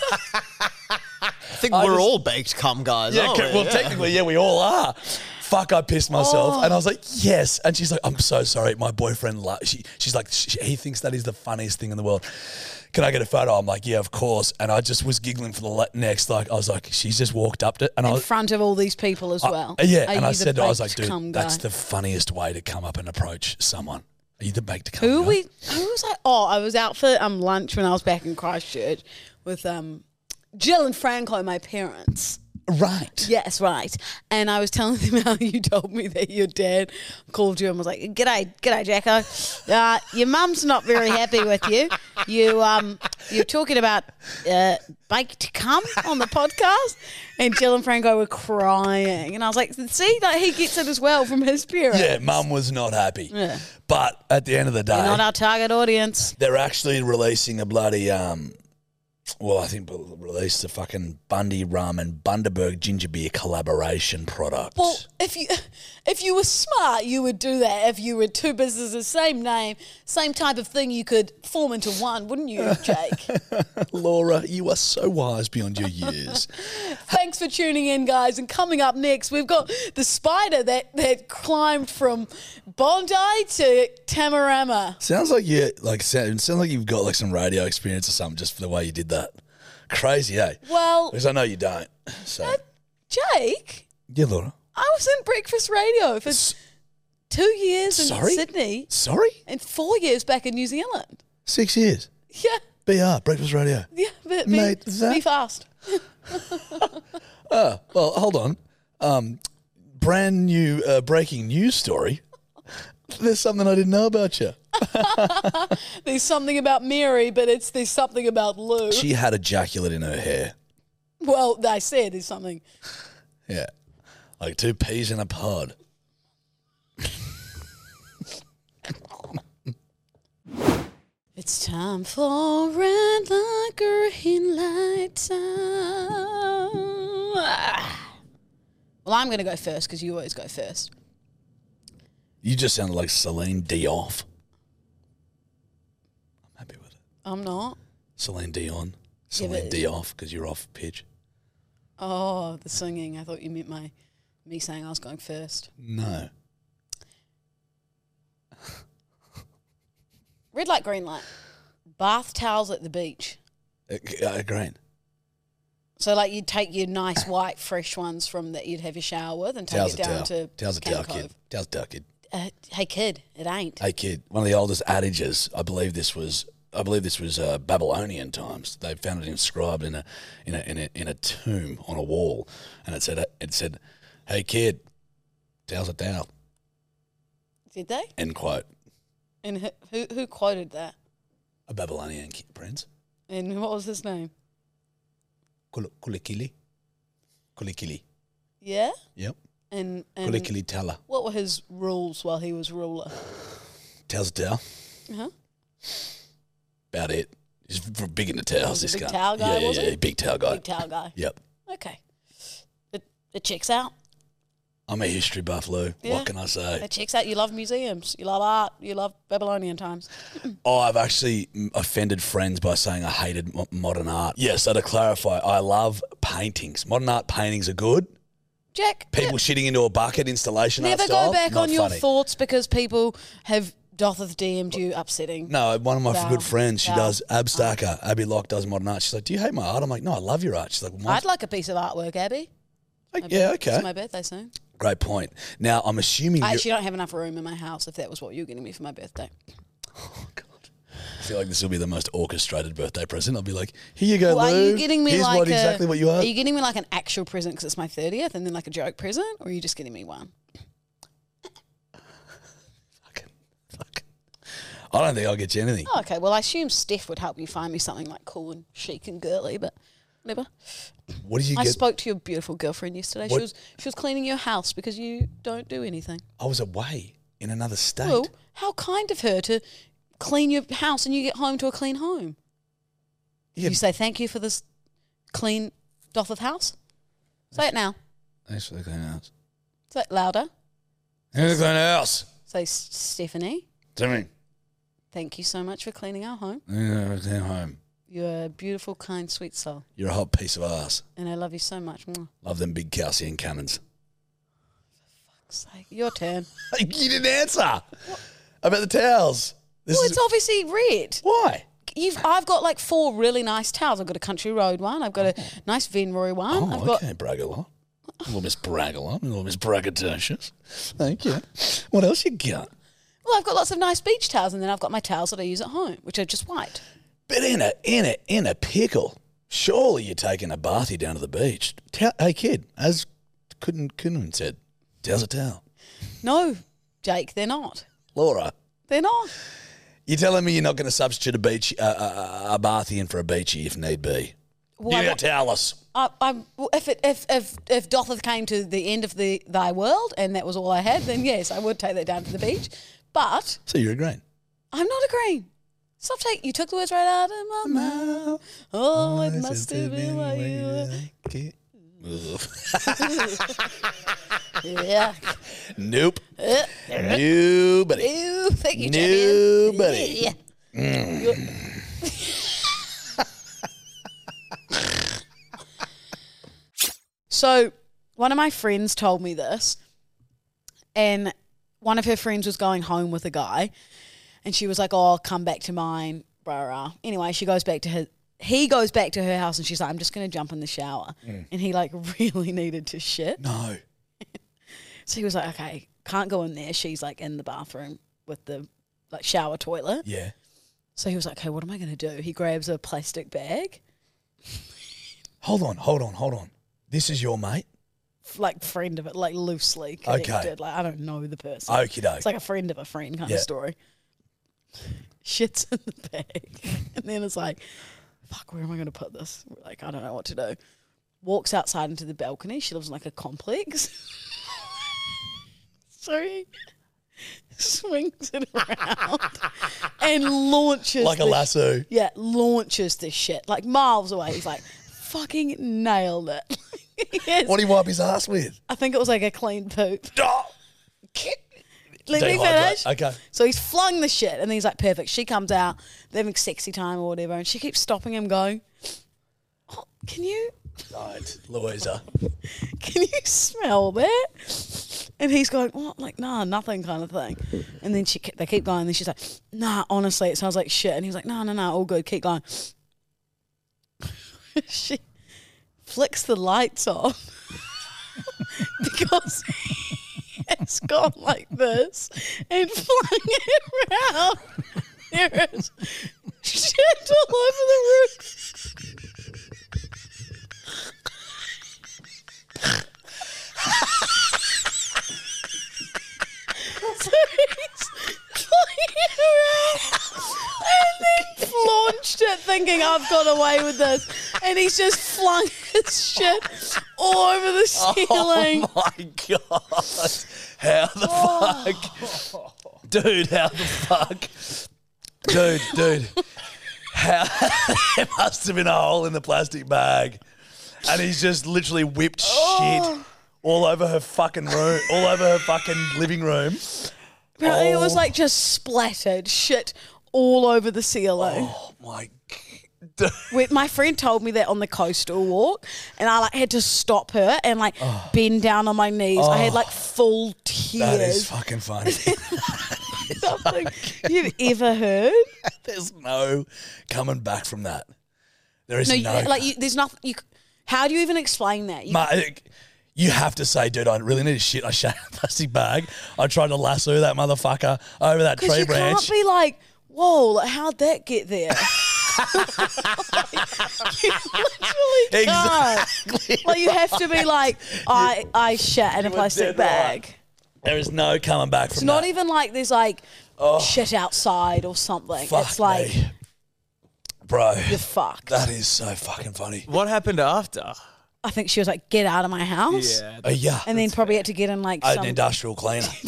S3: I
S6: think we're all baked cum guys.
S3: Yeah,
S6: aren't
S3: ca-
S6: we?
S3: well, technically, yeah, we all are. Fuck, I pissed myself.
S6: Oh.
S3: And I was like, yes. And she's like, I'm so sorry. My boyfriend, lo-. She, she's like, "Sh- he thinks that is the funniest thing in the world. Can I get a photo? I'm like, yeah, of course. And I just was giggling for the le- next, like, I was like, she's just walked up to and I
S4: in
S3: was,
S4: front of all these people as
S3: I- uh,
S4: well.
S3: yeah.
S4: Are
S3: and I
S4: you the
S3: said, I was like,
S4: baked
S3: dude,
S4: cum
S3: that's
S4: guy?
S3: the funniest way to come up and approach someone. Are you the baked cum
S4: Who
S3: guy?
S4: we? Who was I? Oh, I was out for um lunch when I was back in Christchurch with um Jill and Franco, my parents.
S3: Right.
S4: Yes, right. And I was telling them how you told me that your dad called you and was like, "G'day, g'day, Jacko. Uh, your mum's not very happy with you. You um, you're talking about uh, baked cum on the podcast." And Jill and Franco were crying, and I was like, "See, like he gets it as well from his parents."
S3: Yeah, mum was not happy.
S4: Yeah.
S3: But at the end of the day,
S4: You're not our target audience.
S3: They're actually releasing a bloody um. Well, I think they'll release the fucking Bundy Rum and Bundaberg Ginger Beer collaboration product.
S4: Well, if you if you were smart, you would do that. If you were two businesses, same name, same type of thing, you could form into one, wouldn't you, Jake?
S3: Laura, you are so wise beyond your years.
S4: Thanks for tuning in, guys. And coming up next, we've got the spider that that climbed from Bondi to Tamarama.
S3: sounds like you like sound, sounds like you've got like some radio experience or something just for the way you did that. Crazy, eh?
S4: Well,
S3: Because I know you don't. So
S4: Jake,
S3: yeah, Laura.
S4: I was in breakfast radio for two years in
S3: Sorry?
S4: Sydney.
S3: Sorry?
S4: And four years back in New Zealand.
S3: Six years.
S4: Yeah,
S3: BR Breakfast Radio.
S4: yeah. But be,
S3: Mate, that-
S4: be fast.
S3: Oh, well, hold on. Um, brand new uh, breaking news story. There's something I didn't know about you.
S4: There's something about Mary, but it's there's something about Lou.
S3: She had ejaculate in her hair.
S4: well, I said there's something.
S3: Yeah. Like two peas in a pod.
S4: It's time for red liquor in light time. Ah. Well, I'm going to go first because you always go first.
S3: You just sounded like Celine Dioff.
S4: I'm not.
S3: Celine Dion.
S4: Yeah,
S3: Celine
S4: but-
S3: Dioff, because you're off pitch.
S4: Oh, the singing. I thought you meant my me saying I was going first.
S3: No.
S4: Red light, green light. Bath towels at the beach.
S3: Uh, uh, great.
S4: So, like, you'd take your nice white, fresh ones from that you'd have your shower with and take
S3: Towels
S4: it
S3: a
S4: down
S3: towel.
S4: to
S3: Towels a
S4: Cane
S3: towel,
S4: Cove.
S3: kid. Towels a towel, kid.
S4: Uh, hey, kid, it ain't.
S3: Hey kid, one of the oldest adages. I believe this was. I believe this was uh, Babylonian times. They found it inscribed in a in a, in a in a tomb on a wall, and it said it said, "Hey kid, towels a towel."
S4: Did they?
S3: End quote.
S4: And who, who, who quoted that?
S3: A Babylonian ki- prince,
S4: And what was his name?
S3: Kul- Kulikili. Kulikili.
S4: Yeah?
S3: Yep.
S4: And, and
S3: Kulikili Teller.
S4: what were his rules while he was ruler?
S3: Tells Tell.
S4: Uh-huh.
S3: About it. He's v- big into towels,
S4: He was
S3: this
S4: a big
S3: guy.
S4: towel guy,
S3: yeah, yeah,
S4: was
S3: yeah,
S4: he?
S3: Big towel guy.
S4: Big towel guy.
S3: Yep.
S4: Okay. It, it checks out.
S3: I'm a history buff, Lou.
S4: Yeah.
S3: What can I say?
S4: It checks out. You love museums. You love art. You love Babylonian times.
S3: Oh, I've actually mm, offended friends by saying I hated mo- modern art. Yeah, so to clarify, I love paintings. Modern art paintings are good.
S4: Jack,
S3: People shitting into a bucket installation
S4: never
S3: art style.
S4: go back
S3: not
S4: on your
S3: funny.
S4: thoughts because people have dotheth DM'd you upsetting.
S3: No, one of my
S4: Val.
S3: good friends, she
S4: Val.
S3: does Ab Stacker. Abby Locke does modern art. She's like, "Do you hate my art?" I'm like, "No, I love your art." She's like, well, mine's
S4: I'd like a piece of artwork, Abby. My
S3: yeah,
S4: birth-
S3: okay.
S4: It's my birthday soon.
S3: great point." Now I'm assuming
S4: I
S3: you.
S4: actually don't have enough room in my house if that was what you were getting me for my birthday.
S3: I feel like this will be the most orchestrated birthday present. I'll be like, "Here you go,
S4: Well,
S3: Lou.
S4: are you getting me
S3: Here's
S4: like
S3: what
S4: a-
S3: exactly what you are."
S4: you getting me like an actual present because it's my thirtieth, and then like a joke present, or are you just getting me one?
S3: I don't think I'll get you anything.
S4: Oh, okay. Well, I assume Steph would help you find me something like cool and chic and girly, but whatever.
S3: What did you
S4: I
S3: get?
S4: spoke to your beautiful girlfriend yesterday.
S3: What-
S4: She was she was cleaning your house because you don't do anything.
S3: I was away in another state.
S4: Well, how kind of her to clean your house and you get home to a clean home.
S3: Yeah.
S4: You say thank you for this clean doth of house. Say it now.
S3: Thanks for the clean house.
S4: Say it louder.
S3: Thanks for the clean house.
S4: Say "S- Stephanie,
S3: Timmy.
S4: thank you so much for cleaning our home.
S3: Thanks for the home.
S4: You're a beautiful, kind, sweet soul,
S3: You're a hot piece of ass.
S4: and I love you so much. Mwah.
S3: Love them big calcium cannons.
S4: Say, Your turn.
S3: you didn't answer about the towels. This
S4: well,
S3: is-
S4: it's obviously red.
S3: Why?
S4: You've, I've got like four really nice towels. I've got a country road one. I've got a nice Venroy one.
S3: Oh,
S4: Um, I've got
S3: okay, Bragalon. Little Miss Bragalon, little Miss Braggadocious. Thank you. What else you got?
S4: well, I've got lots of nice beach towels, and then I've got my towels that I use at home, which are just white.
S3: But in a in a in a pickle. Surely you're taking a bathy down to the beach. Ta- hey kid, as couldn't couldn't said, towel's a towel.
S4: No, Jake, they're not.
S3: Laura,
S4: They're not.
S3: you're telling me you're not going to substitute a beach uh, uh, uh, a bathy in for a beachy if need be.
S4: Well, I
S3: you got
S4: want-
S3: towel us.
S4: I, I'm, well, if, it, if if if Dothith came to the end of the thy world and that was all I had, then yes, I would take that down to the beach. But
S3: So you're agreeing.
S4: I'm not agreeing. Stop taking. You took the words right out of my mouth. Oh, it must have been what you. were-
S3: Ugh.
S4: Yeah.
S3: nope.
S4: Uh,
S3: Nobody.
S4: Ew, thank you, champion.
S3: Nobody.
S4: Yeah.
S3: Mm.
S4: So, one of my friends told me this, and one of her friends was going home with a guy, and she was like, "Oh, I'll come back to mine, rah rah." Anyway, she goes back to her. He goes back to her house, and she's like, "I'm just gonna jump in the shower," and he like really needed to shit.
S3: No.
S4: So he was like, "Okay, can't go in there." She's like in the bathroom with the like shower toilet.
S3: Yeah.
S4: So he was like, okay, what am I going to do? He grabs a plastic bag,
S3: Hold on, hold on, hold on. This is your mate.
S4: f- like friend of it, like loosely
S3: Okay.
S4: connected. Like I don't know the person.
S3: Okie doke.
S4: It's like a friend of a friend kind
S3: Yeah.
S4: of story. Shit's in the bag. And then it's like, fuck, where am I going to put this? We're like, I don't know what to do. Walks outside into the balcony. She lives in like a complex. Sorry. Swings it around and launches
S3: Like a
S4: the sh-
S3: lasso.
S4: yeah, launches this shit like miles away. He's like, fucking nailed it. yes.
S3: What do you wipe his ass with?
S4: I think it was like a clean poop. Let me
S3: Dehydrate.
S4: finish.
S3: Okay.
S4: So he's flung the shit and he's like, perfect. She comes out, they're having sexy time or whatever, and she keeps stopping him going, oh, can you
S3: Right, Louisa.
S4: can you smell that? And he's going, what? Like, nah, nothing kind of thing. And then she, ke- they keep going. And then she's like, nah, honestly, it sounds like shit. And he's like, no, no, no, all good. Keep going. she flicks the lights off because it's gone like this and flung it around. There is shit all over the room. So he's flying around and then launched it thinking I've got away with this and he's just flung his shit all over the ceiling.
S3: Oh my god! How the fuck, dude? How the fuck, dude? Dude, how there must have been a hole in the plastic bag, and he's just literally whipped shit all over her fucking room, all over her fucking living room.
S4: Apparently, it was
S3: Oh.
S4: like just splattered shit all over the ceiling.
S3: Oh my
S4: Wait, my friend told me that on the coastal walk, and I like had to stop her and like bend down on my knees. I had
S3: Oh.
S4: like full tears.
S3: That is fucking funny.
S4: Something you've ever heard?
S3: There's no coming back from that. There is
S4: no,
S3: no,
S4: you- like you, there's nothing. You, c- how do you even explain that? You,
S3: Ma- uh, you have to say, dude, I really need to shit. I shat in a plastic bag. I tried to lasso that motherfucker over that
S4: Because
S3: tree
S4: you
S3: branch.
S4: can't be like, whoa, like, how'd that get there? you literally can't. Like you have to be like, I I shat in a plastic bag.
S3: there is no coming back from
S4: It's not
S3: that. Oh,
S4: even like there's like shit outside or something.
S3: Fuck
S4: it's like
S3: me. Bro,
S4: you're fucked.
S3: that is so fucking funny.
S10: What happened after?
S4: I think she was like, get out of my house.
S10: Yeah.
S3: Uh, yeah,
S4: And then probably had to get in like
S3: an
S4: some.
S3: industrial cleaner.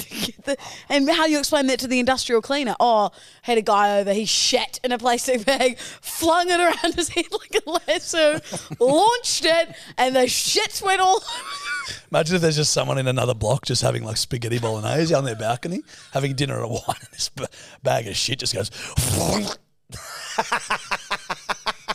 S4: the- and how do you explain that to the industrial cleaner? Oh, had a guy over. He shat in a plastic bag, flung it around his head like a lasso, launched it, and the shits went all.
S3: Imagine if there's just someone in another block just having like spaghetti bolognese on their balcony, having dinner and a wine, and this ba- bag of shit just goes.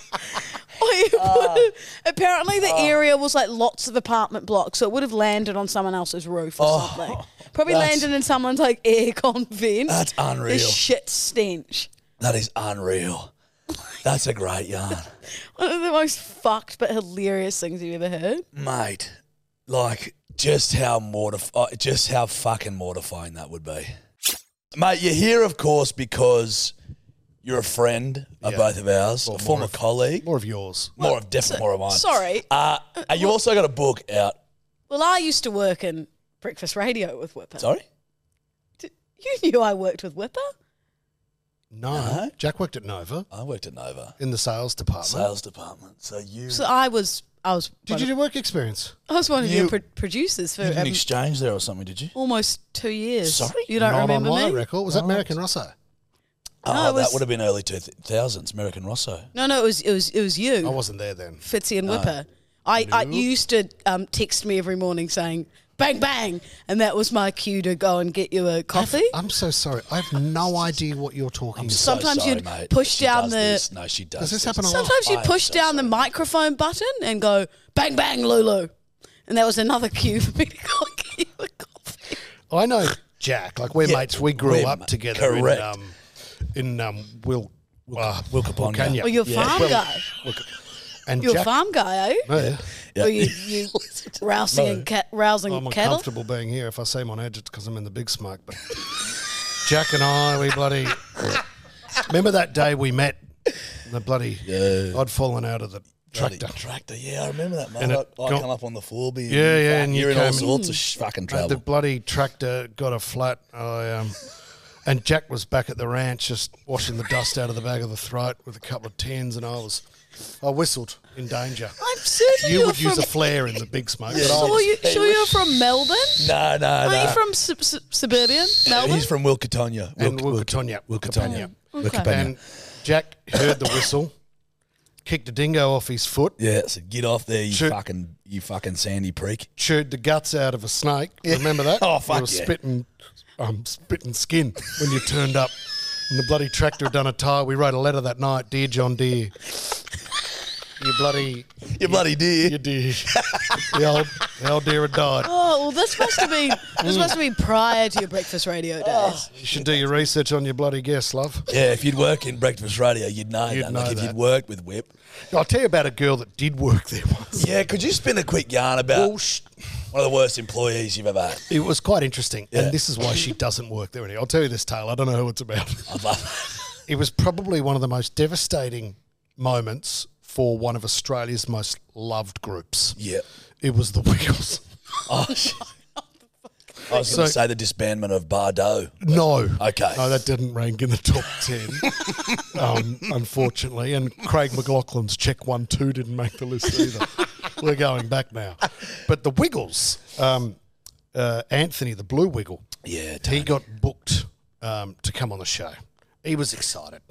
S4: Oh, you would've- Apparently,
S3: Oh.
S4: the area was like lots of apartment blocks, so it would have landed on someone else's roof or
S3: Oh,
S4: something. Probably
S3: that's-
S4: landed in someone's like aircon vent.
S3: That's
S4: The
S3: unreal.
S4: shit stench.
S3: That is unreal. That's a great yarn.
S4: One of the most fucked but hilarious things you've ever heard.
S3: mate. Like just how mortif- uh, just how fucking mortifying that would be, mate. You're here, of course, because you're a friend of
S9: Yeah.
S3: both of ours, a
S9: Or more
S3: former
S9: of-
S3: colleague,
S9: More of yours.
S3: more of definitely more of mine.
S4: Sorry.
S3: Uh, and you also got a book out.
S4: Well, I used to work in breakfast radio with Whipper.
S3: Sorry,
S4: You knew I worked with Whipper?
S9: No, Jack worked at Nova.
S3: I worked at Nova
S9: in the sales department.
S3: sales department. So you
S4: So I was, I was.
S9: Did you do work experience?
S4: I was one of
S3: You-
S4: your pro- producers for
S3: you did an
S4: um,
S3: exchange there or something, did you?
S4: almost two years.
S3: Sorry?
S4: you don't
S9: Not
S4: remember
S9: on
S4: me?
S9: Wire Record. Was that American Rosso?
S3: Oh,
S4: No, it was-
S3: that would have been early two thousands, American Rosso.
S4: No, no, it was it was it was you.
S9: I wasn't there then.
S4: Fitzy and Whipper. I, I you used to um, text me every morning saying bang bang, and that was my cue to go and get you a coffee.
S9: I'm so sorry. I have no idea what you're talking about.
S3: So
S4: Sometimes
S3: sorry,
S4: you'd
S3: mate.
S4: push
S3: She does
S4: down the-
S3: this. No, she does.
S9: Does this happen a lot?
S4: Sometimes you
S3: I am
S4: push
S3: so
S4: down the microphone button and go bang bang Lulu, and that was another cue for me to go and get you a coffee.
S9: I know Jack. Like we're
S3: Yeah,
S9: mates. We grew
S3: we're ma-
S9: up together.
S3: correct.
S9: In, um, in um, Will. Uh,
S3: Wilcabonga.
S9: Wilcanya.
S4: Well, Oh, you're a farm
S9: Will-
S4: guy.
S9: Wilca- and
S4: You're a
S9: Jack,
S4: farm guy, eh?
S9: Yeah.
S3: Yeah.
S4: Or you, you rousing and ca- rousing
S9: I'm
S4: cattle?
S9: uncomfortable being here. If I seem on edge, it's because I'm in the big smoke. But Jack and I, we bloody remember that day we met. The bloody I'd fallen out of the
S3: Bloody
S9: tractor.
S3: Tractor, yeah, I remember that, mate.
S9: And
S3: I,
S9: it
S3: I
S9: got-
S3: come up on the Forby.
S9: Yeah, yeah, and you
S3: you're in all
S9: came-
S3: sorts of
S4: Mm.
S3: sh- fucking
S9: Uh,
S3: trouble.
S9: the bloody tractor got a flat. I um, and Jack was back at the ranch, just washing the dust out of the back of the throat with a couple of tins, and I was, I whistled in danger.
S4: I'm certain
S9: You
S4: you're
S9: would
S4: from.
S9: use a flare in the big smoke.
S3: Yeah.
S9: but I
S3: Sure
S4: sure
S9: was-
S4: you, sure you're from Melbourne?
S3: no, no,
S4: Are
S3: no.
S4: you from sub- sub- suburban Melbourne?
S3: He's from Wilcatonia.
S9: and Wilcatonia,
S3: Wilcatonia.
S9: and Jack heard the whistle, kicked a dingo off his foot,
S3: Yeah, so get off there, you
S9: Sure.
S3: fucking, you fucking sandy prick.
S9: chewed the guts out of a snake. Remember that?
S3: Oh,
S9: You
S3: fuck
S9: were
S3: yeah.
S9: spitting, um, spitting skin when you turned up. And the bloody tractor had done a tire. We wrote a letter that night, dear John Deere. You bloody,
S3: You bloody dear.
S9: you dear. the old, the old deer had died.
S4: Oh well, this must have been this must have been prior to your breakfast radio days.
S9: You should do your research on your bloody guess, love.
S3: Yeah, if you'd work in breakfast radio, you'd know
S9: You'd
S3: that.
S9: know
S3: like if
S9: that.
S3: you'd worked with Whip.
S9: I'll tell you about a girl that did work there once.
S3: Yeah, could you spin a quick yarn about one of the worst employees you've ever had?
S9: It was quite interesting,
S3: Yeah.
S9: and this is why she doesn't work there anymore. I'll tell you this tale. I don't know who it's about.
S3: I love
S9: It was probably one of the most devastating moments for one of Australia's most loved groups.
S3: Yeah.
S9: It was the Wiggles.
S3: Oh, shit. I was
S9: So-
S3: going to say the disbandment of Bardo.
S9: No.
S3: Okay.
S9: No, that didn't rank in the top 10, um, unfortunately. And Craig McLaughlin's Check 1 2 didn't make the list either. We're going back now. But the Wiggles, um, uh, Anthony, the Blue Wiggle.
S3: Yeah,
S9: he got booked um, to come on the show. He was excited.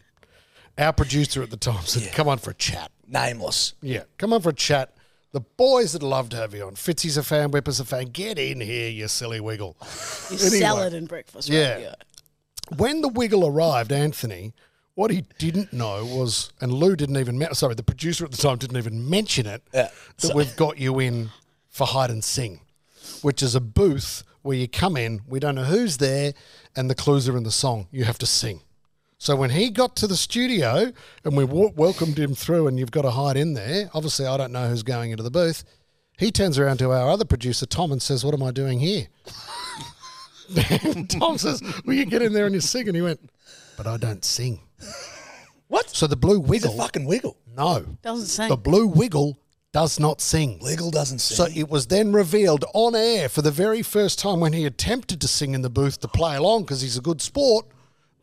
S9: Our producer at the time said, "Come on for a chat."
S3: Nameless.
S9: Yeah, come on for a chat. The boys would love to have you on. Fitzy's a fan, Whipper's a fan. Get in here, you silly Wiggle.
S4: You
S9: Anyway.
S4: salad and breakfast. right?
S9: Yeah. When the wiggle arrived, Anthony, what he didn't know was, and Lou didn't even, me- sorry, the producer at the time didn't even mention it,
S3: Yeah.
S9: that we've got you in for hide and sing, which is a booth where you come in, we don't know who's there, and the clues are in the song. You have to sing. So when he got to the studio and we wa- welcomed him through, and you've got to hide in there, obviously I don't know who's going into the booth. He turns around to our other producer, Tom, and says, What am I doing here? And Tom says, Will you get in there and you sing? And he went, But I don't sing.
S3: What?
S9: So the blue wiggle.
S3: fucking wiggle.
S9: No.
S4: Doesn't sing.
S9: The blue wiggle does not sing.
S3: Wiggle doesn't sing.
S9: So it was then revealed on air for the very first time when he attempted to sing in the booth to play along because he's a good sport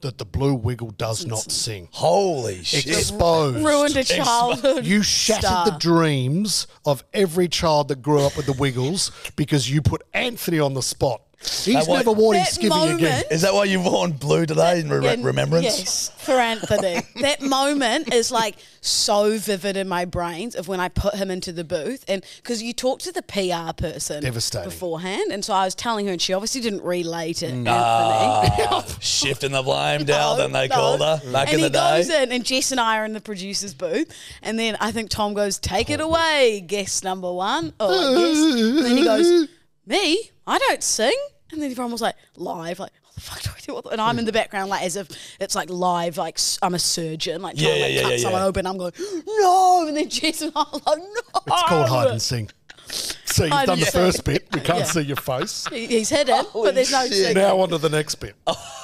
S9: that the blue wiggle does not sing.
S3: Holy shit.
S9: Exposed.
S4: Ruined a childhood.
S9: You shattered
S4: star.
S9: the dreams of every child that grew up with the Wiggles because you put Anthony on the spot. He's
S3: That why-
S9: never worn his
S4: That
S9: skivvy again.
S4: moment-
S3: Is that why you've worn blue today in re-
S4: Yeah,
S3: remembrance?
S4: Yes, for Anthony. that moment is like so vivid in my brains of when I put him into the booth. And because you talk to the PR person
S9: Devastating.
S4: beforehand. And so I was telling her, and she obviously didn't relate it.
S3: Ah, shifting the blame down, then they called her back
S4: and
S3: in
S4: he
S3: the day.
S4: goes in, and Jess and I are in the producer's booth, and then I think Tom goes, "Take it away, guest number one." Or like, guest. And then he goes, "Me? I don't sing." And then everyone was like, "Live, like." what the Fuck do I do? What the-" And I'm in the background, like as if it's like live, like s- I'm a surgeon, like trying
S3: Yeah,
S4: to like,
S3: yeah, yeah,
S4: cut
S3: yeah,
S4: someone
S3: yeah.
S4: open. I'm going, no, and then Jess and I are like, no.
S9: It's called hide and sing. So you've
S4: Oh. Hide
S9: done
S4: and
S9: the
S4: seek.
S9: first bit. We can't
S4: Yeah.
S9: see your face.
S4: He- He's hidden, but there's no singing.
S9: Now on to the next bit.
S4: Oh.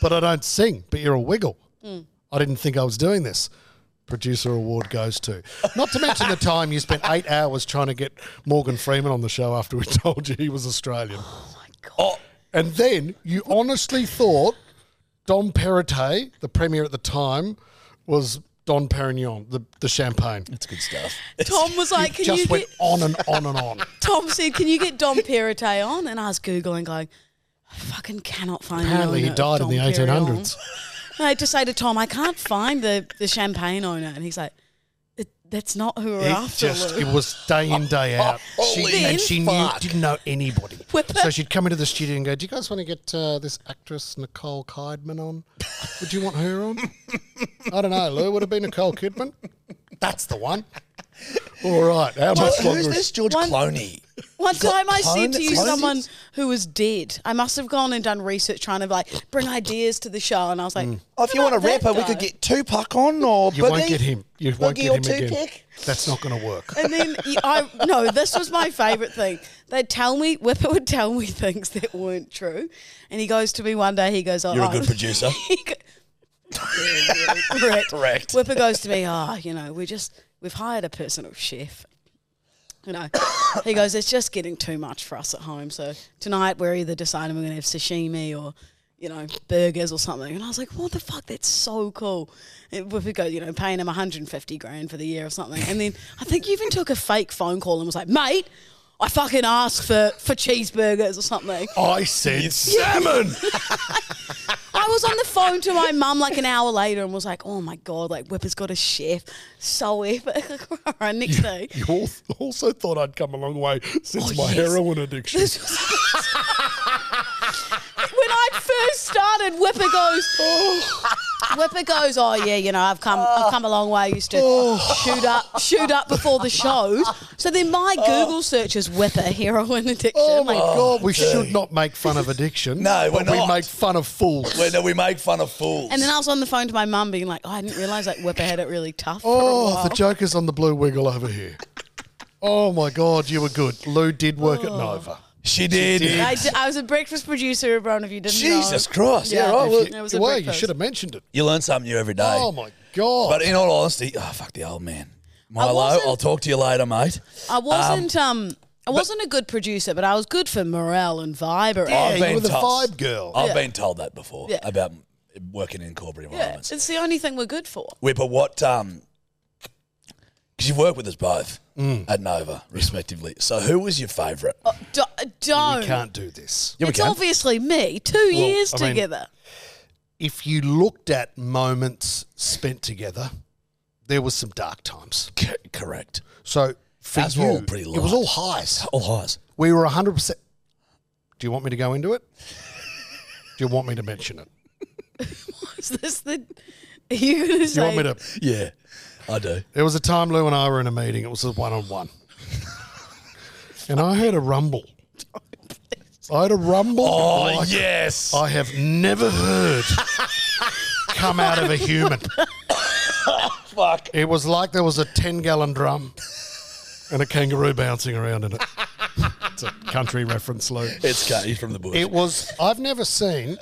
S9: but I don't sing, but you're a wiggle.
S4: Mm.
S9: I didn't think I was doing this. Producer award goes to. Not to mention the time you spent eight hours trying to get Morgan Freeman on the show after we told you he was Australian.
S3: Oh,
S9: And then you honestly thought Don Perrottet, the premier at the time, was Don Perignon, the, the champagne.
S3: that's good stuff.
S4: Tom was like, "Can
S9: Just
S4: you
S9: went
S4: get
S9: on and on and on.
S4: Tom said, "Can you get Dom Perrottet on?" And I was googling, going, "I fucking cannot find."
S9: Apparently,
S4: the owner
S9: he
S4: of
S9: died in
S4: Dom
S9: the
S4: Perignon."
S9: 1800s.
S4: And I just say to Tom, "I can't find the the champagne owner," and he's like, it, "That's not who we're
S9: It
S4: after."
S9: just
S4: Lou."
S9: it was day in day out.
S3: Holy
S9: she, and she knew,
S3: fuck.
S9: didn't know anybody.
S4: Whip
S9: So
S4: it.
S9: she'd come into the studio and go, "Do you guys want to get uh, this actress Nicole Kidman on? Would you want her on? I don't know, Lou. Would it be Nicole Kidman? That's the one. All right. How
S3: George,
S9: much
S3: who's
S9: longer? is-
S3: this George
S4: One-
S3: Clooney?
S4: One
S3: You've got
S4: time I
S3: clone-
S4: said to you
S3: clones?
S4: someone who was dead. I must have gone and done research trying to like bring ideas to the show, and I was like,
S9: Mm.
S8: Oh, if you
S4: "What
S8: want a
S4: about
S8: rapper,
S4: that
S8: we
S4: guy?"
S8: could get Tupac on or
S9: You won't
S8: Biggie.
S9: get him. You won't
S8: Biggie
S9: get
S8: or
S9: him again.
S8: Tupac.
S9: That's not going to work.
S4: And then y- I no, this was my favourite thing. They'd tell me Whipper would tell me things that weren't true, and he goes to me one day. He goes, oh,
S3: You're a
S4: I-
S3: good producer.
S4: He go- correct.
S3: Correct.
S4: Whipper goes to me. Ah, you know, we just we've hired a personal chef. You know, he goes, it's just getting too much for us at home. So tonight we're either deciding we're going to have sashimi or. You know, burgers or something. And I was like, what the fuck? That's so cool. And Whipper goes, you know, paying him 150 grand for the year or something. And then I think you even took a fake phone call and was like, mate, I fucking asked for, for cheeseburgers or something.
S9: I said salmon.
S4: I was on the phone to my mum like an hour later and was like, "Oh my god, like Whipper's got a chef, so epic." All right, next day.
S9: you al- also thought I'd come a long way since
S4: Oh, yes.
S9: my heroin addiction.
S4: This was- when I first started, Whipper goes, Whipper goes, oh yeah, you know, I've come,
S9: Oh.
S4: I've come a long way. I used to shoot up, shoot up before the shows. So then my Google search is Whipper heroin addiction.
S9: Oh my
S4: Like,
S9: god, we should not make fun of addiction.
S3: No, we're
S9: but we
S3: not.
S9: make fun of fools.
S3: Where do we make fun of fools?
S4: And then I was on the phone to my mum, being like, oh, I didn't realize like Whipper had it really tough. for a
S9: Oh,
S4: while."
S9: the joker's on the blue wiggle over here. Oh my god, you were good. Lou did work
S4: Oh.
S9: at Nova.
S3: she did.
S4: I, d- I was a breakfast producer, everyone. If you didn't know.
S3: Jesus Christ. Yeah,
S4: Yeah.
S3: right. Well,
S4: If
S9: You,
S4: It was
S9: you
S4: a
S9: were, you
S4: breakfast.
S9: should have mentioned it.
S3: you learn something new every day.
S9: Oh my god.
S3: But in all honesty, oh, fuck the old man. Milo,
S4: wasn't-
S3: I'll talk to you later, mate.
S4: I wasn't um, I wasn't a good producer, but I was good for morale and vibe around.
S3: I've
S9: you
S3: been
S9: were the
S3: told-
S9: vibe girl.
S3: I've
S4: Yeah.
S3: been told that before
S4: Yeah.
S3: about working in corporate
S4: Yeah,
S3: environments.
S4: it's the only thing we're good for.
S3: Whipper, what um, Because you've worked with us both
S9: Mm.
S3: at Nova, respectively. So who was your favourite?
S9: Oh.
S4: Do, uh, don't.
S9: do this.
S4: it's obviously me. Two years
S9: I mean-
S4: together.
S9: If you looked at moments spent together, there was some dark times.
S3: correct.
S9: So for
S3: Ours
S9: you,
S3: were all pretty
S9: it was
S3: light.
S9: all highs.
S3: All highs.
S9: We were 100%. Do you want me to go into it? do you want me to mention it?
S4: Is this the? Are you going to
S9: Do
S4: say?
S9: you want me to?
S3: Yeah, I do.
S9: There was a time Lou and I were in a meeting. It was a one on one. And I heard a rumble. I had a rumble.
S3: Oh,
S9: like
S3: yes.
S9: I have never heard come out of a human.
S3: Fuck.
S9: It was like there was a 10 gallon drum and a kangaroo bouncing around in it. It's a country reference, Lou.
S3: It's Katie from the bush.
S9: It was, I've never seen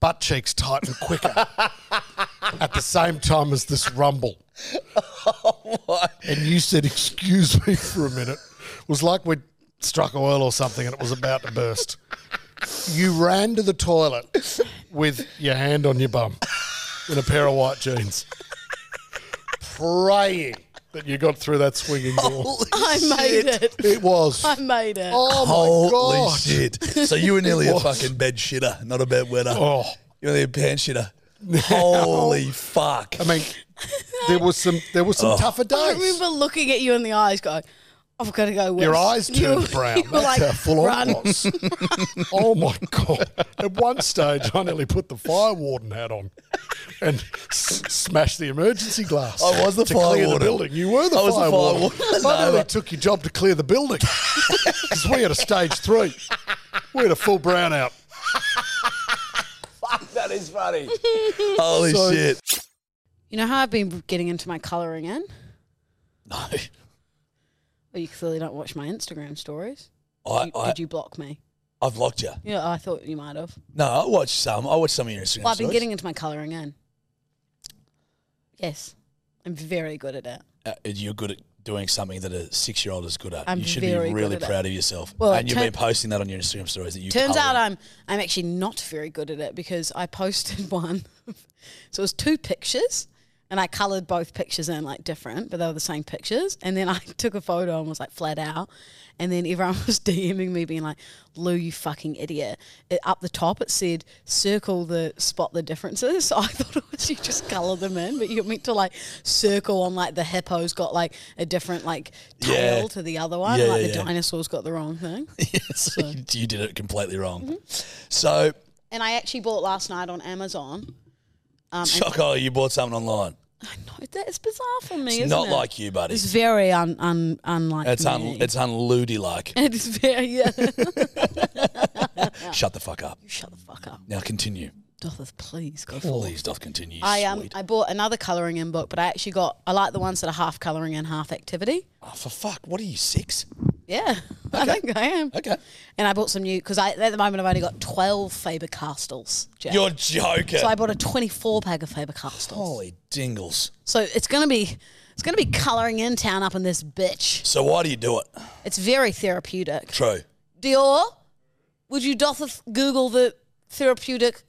S9: butt cheeks tighten quicker at the same time as this rumble. and you said, Excuse me for a minute. It was like we'd struck oil or something and it was about to burst. You ran to the toilet with your hand on your bum in a pair of white jeans, praying that you got through that swinging door.
S4: I made it.
S9: It was.
S4: I made it.
S9: Oh, my
S3: Holy
S9: God.
S3: shit. So you were nearly a
S9: What?
S3: fucking bed shitter, not a bed wetter.
S9: Oh.
S3: You're nearly a pants shitter. Holy fuck.
S9: I mean, there was some there was some
S3: Oh.
S9: tougher days.
S4: I remember looking at you in the eyes, going, "I've got to go." West.
S9: Your eyes
S4: You-
S9: turned brown.
S4: you were
S9: That's
S4: like,
S9: how full
S4: "Run."
S9: on was. oh my god! At one stage, I nearly put the fire warden hat on and s- smashed the emergency glass.
S3: I was the
S9: to
S3: fire
S9: clear the
S3: warden.
S9: building. You were the
S3: I was the
S9: fire
S3: fire
S9: warden.
S3: warden.
S9: I
S3: No.
S9: nearly took your job to clear the building because we had a stage three. We had a full brownout.
S3: Fuck, that is funny. Holy
S9: So-
S3: shit.
S4: You know how I've been getting into my colouring in?
S3: No.
S4: Well, you clearly don't watch my Instagram stories.
S3: I,
S4: You-
S3: I,
S4: did you block me?
S3: I've locked you.
S4: Yeah, I thought you might have.
S3: No, I watched some. I watched some of your Instagram
S4: Well, I've been
S3: stories.
S4: getting into my colouring in. Yes, I'm very good at it.
S3: Uh, you're good at doing something that a six-year-old is good at.
S4: I'm
S3: you should
S4: very
S3: be
S4: good
S3: really
S4: at it.
S3: proud of yourself.
S4: Well,
S3: and
S4: it
S3: you've
S4: turn-
S3: been posting that on your Instagram stories that you
S4: Turns out
S3: colour.
S4: I'm I'm actually not very good at it because I posted one. so it was two pictures and I coloured both pictures in like different, but they were the same pictures. And then I took a photo and was like flat out. And then everyone was DMing me being like, Lou, you fucking idiot. It, up the top it said circle the spot the differences. So I thought it was you just colour them in, but you're meant to like circle on like the hippo's got like a different like tail
S3: Yeah.
S4: to the other one.
S3: Yeah,
S4: like
S3: yeah,
S4: the
S3: yeah.
S4: dinosaur's got the wrong thing.
S3: yes, you- you did it completely wrong.
S4: Mm-hmm.
S3: So,
S4: and I actually bought last night on Amazon. Um, and
S3: Choco, you bought something online.
S4: no, that is bizarre for me.
S3: It's
S4: isn't
S3: not
S4: it?
S3: like you, buddy.
S4: It's very un, un unlike
S3: It's un,
S4: me.
S3: it's unludy like.
S4: It is very yeah.
S3: Shut the fuck up.
S4: you shut the fuck up,
S3: Now continue.
S4: Dotheth, please go forward.
S3: Please don't continue.
S4: I um
S3: sweet.
S4: I bought another colouring in book, but I actually got I like the ones that are half colouring in, half activity.
S3: Oh, for fuck, what are you six?
S4: Yeah, I think I am.
S3: Okay,
S4: And I bought some new because I at the moment I've only got twelve Faber Castles. Jack.
S3: you're joking.
S4: so I bought a twenty-four pack of Faber Castels.
S3: Holy dingles!
S4: So it's gonna be it's gonna be colouring in town up in this bitch.
S3: So why do you do it?
S4: It's very therapeutic.
S3: True.
S4: Dior, would you doth Google the therapeutic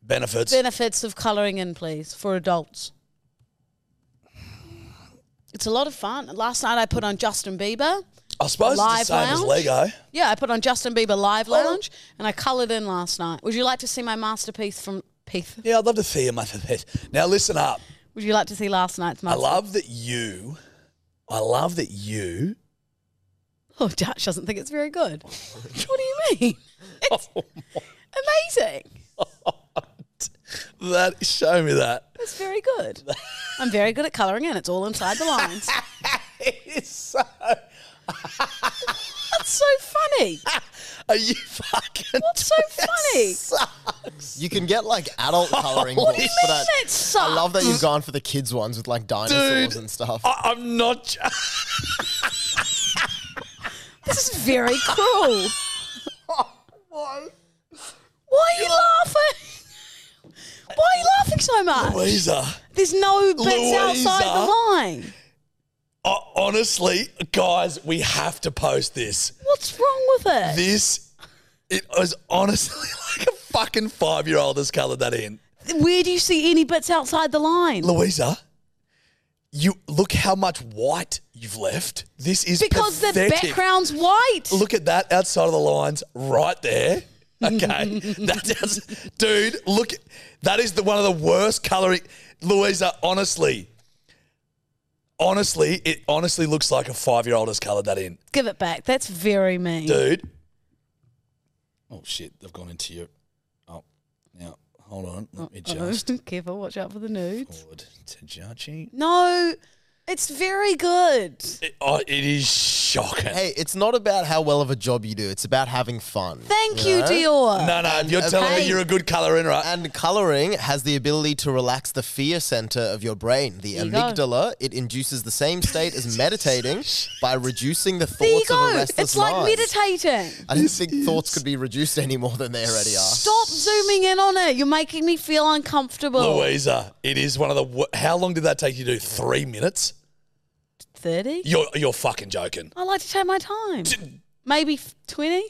S3: Benefits.
S4: benefits of colouring in, please, for adults? It's a lot of fun. Last night I put on Justin Bieber.
S3: I suppose it's the
S4: Live
S3: same as
S4: lounge?
S3: Lego. Oh.
S4: Yeah, I put on Justin Bieber Live Lounge and I coloured in last night. Would you like to see my masterpiece from Peth?
S3: Yeah, I'd love to see you, mate. Now listen up.
S4: Would you like to see last night's
S3: I
S4: masterpiece?
S3: love that you. I love that you.
S4: Oh, Dutch doesn't think it's very good. what do you mean?
S3: Oh
S4: It's amazing.
S3: That show me that.
S4: It's very good. I'm very good at colouring in. It's all inside the lines.
S3: It's so.
S4: That's so funny.
S3: Are you fucking?
S4: What's so funny?
S6: You can get like adult coloring books for that.
S4: That
S6: I
S4: sucks.
S6: love that you've gone for the kids ones with like dinosaurs
S3: Dude.
S6: and stuff.
S3: I, I'm not. j-
S4: This is very cruel.
S3: Oh,
S4: Why are you laughing? Why are you laughing so much?
S3: Louisa.
S4: There's no bits outside
S3: Louisa.
S4: the line.
S3: ho- Uh, honestly, guys, we have to post this.
S4: What's wrong with it?
S3: This. It was honestly like a fucking five year old has coloured that in.
S4: Where do you see any bits outside the line?
S3: Louisa, You look how much white you've left. This is
S4: because the
S3: pathetic.
S4: background's white.
S3: Look at that outside of the lines, right there. Okay, that does, dude. Look, that is the one of the worst coloring. Louisa, honestly, honestly, it honestly looks like a five-year-old has coloured that in,
S4: Give it back. That's very mean.
S3: dude. Oh shit, they've gone into you. Oh, now hold on, let me just
S4: Oh, careful, watch out for the nudes.
S3: forward to judging.
S4: No, it's very good.
S3: It, oh, it is shocking.
S6: Hey, it's not about how well of a job you do. It's about having fun.
S4: Thank you, Dior.
S3: No, no, you're telling me you're a good colour in, right?
S6: And colouring has the ability to relax the fear centre of your brain, the
S4: There you go.
S6: amygdala. It induces the same state as meditating by reducing the
S4: There you
S6: thoughts of a
S4: go.
S6: restless
S4: It's like
S6: mind.
S4: meditating.
S6: I didn't think thoughts could be reduced any more than they already are.
S4: Stop zooming in on it. You're making me feel uncomfortable.
S3: Louisa, it is one of the. wo- How long did that take you to do? Three minutes?
S4: 30?
S3: You're you're fucking joking.
S4: I like to take my time. Maybe f- 20?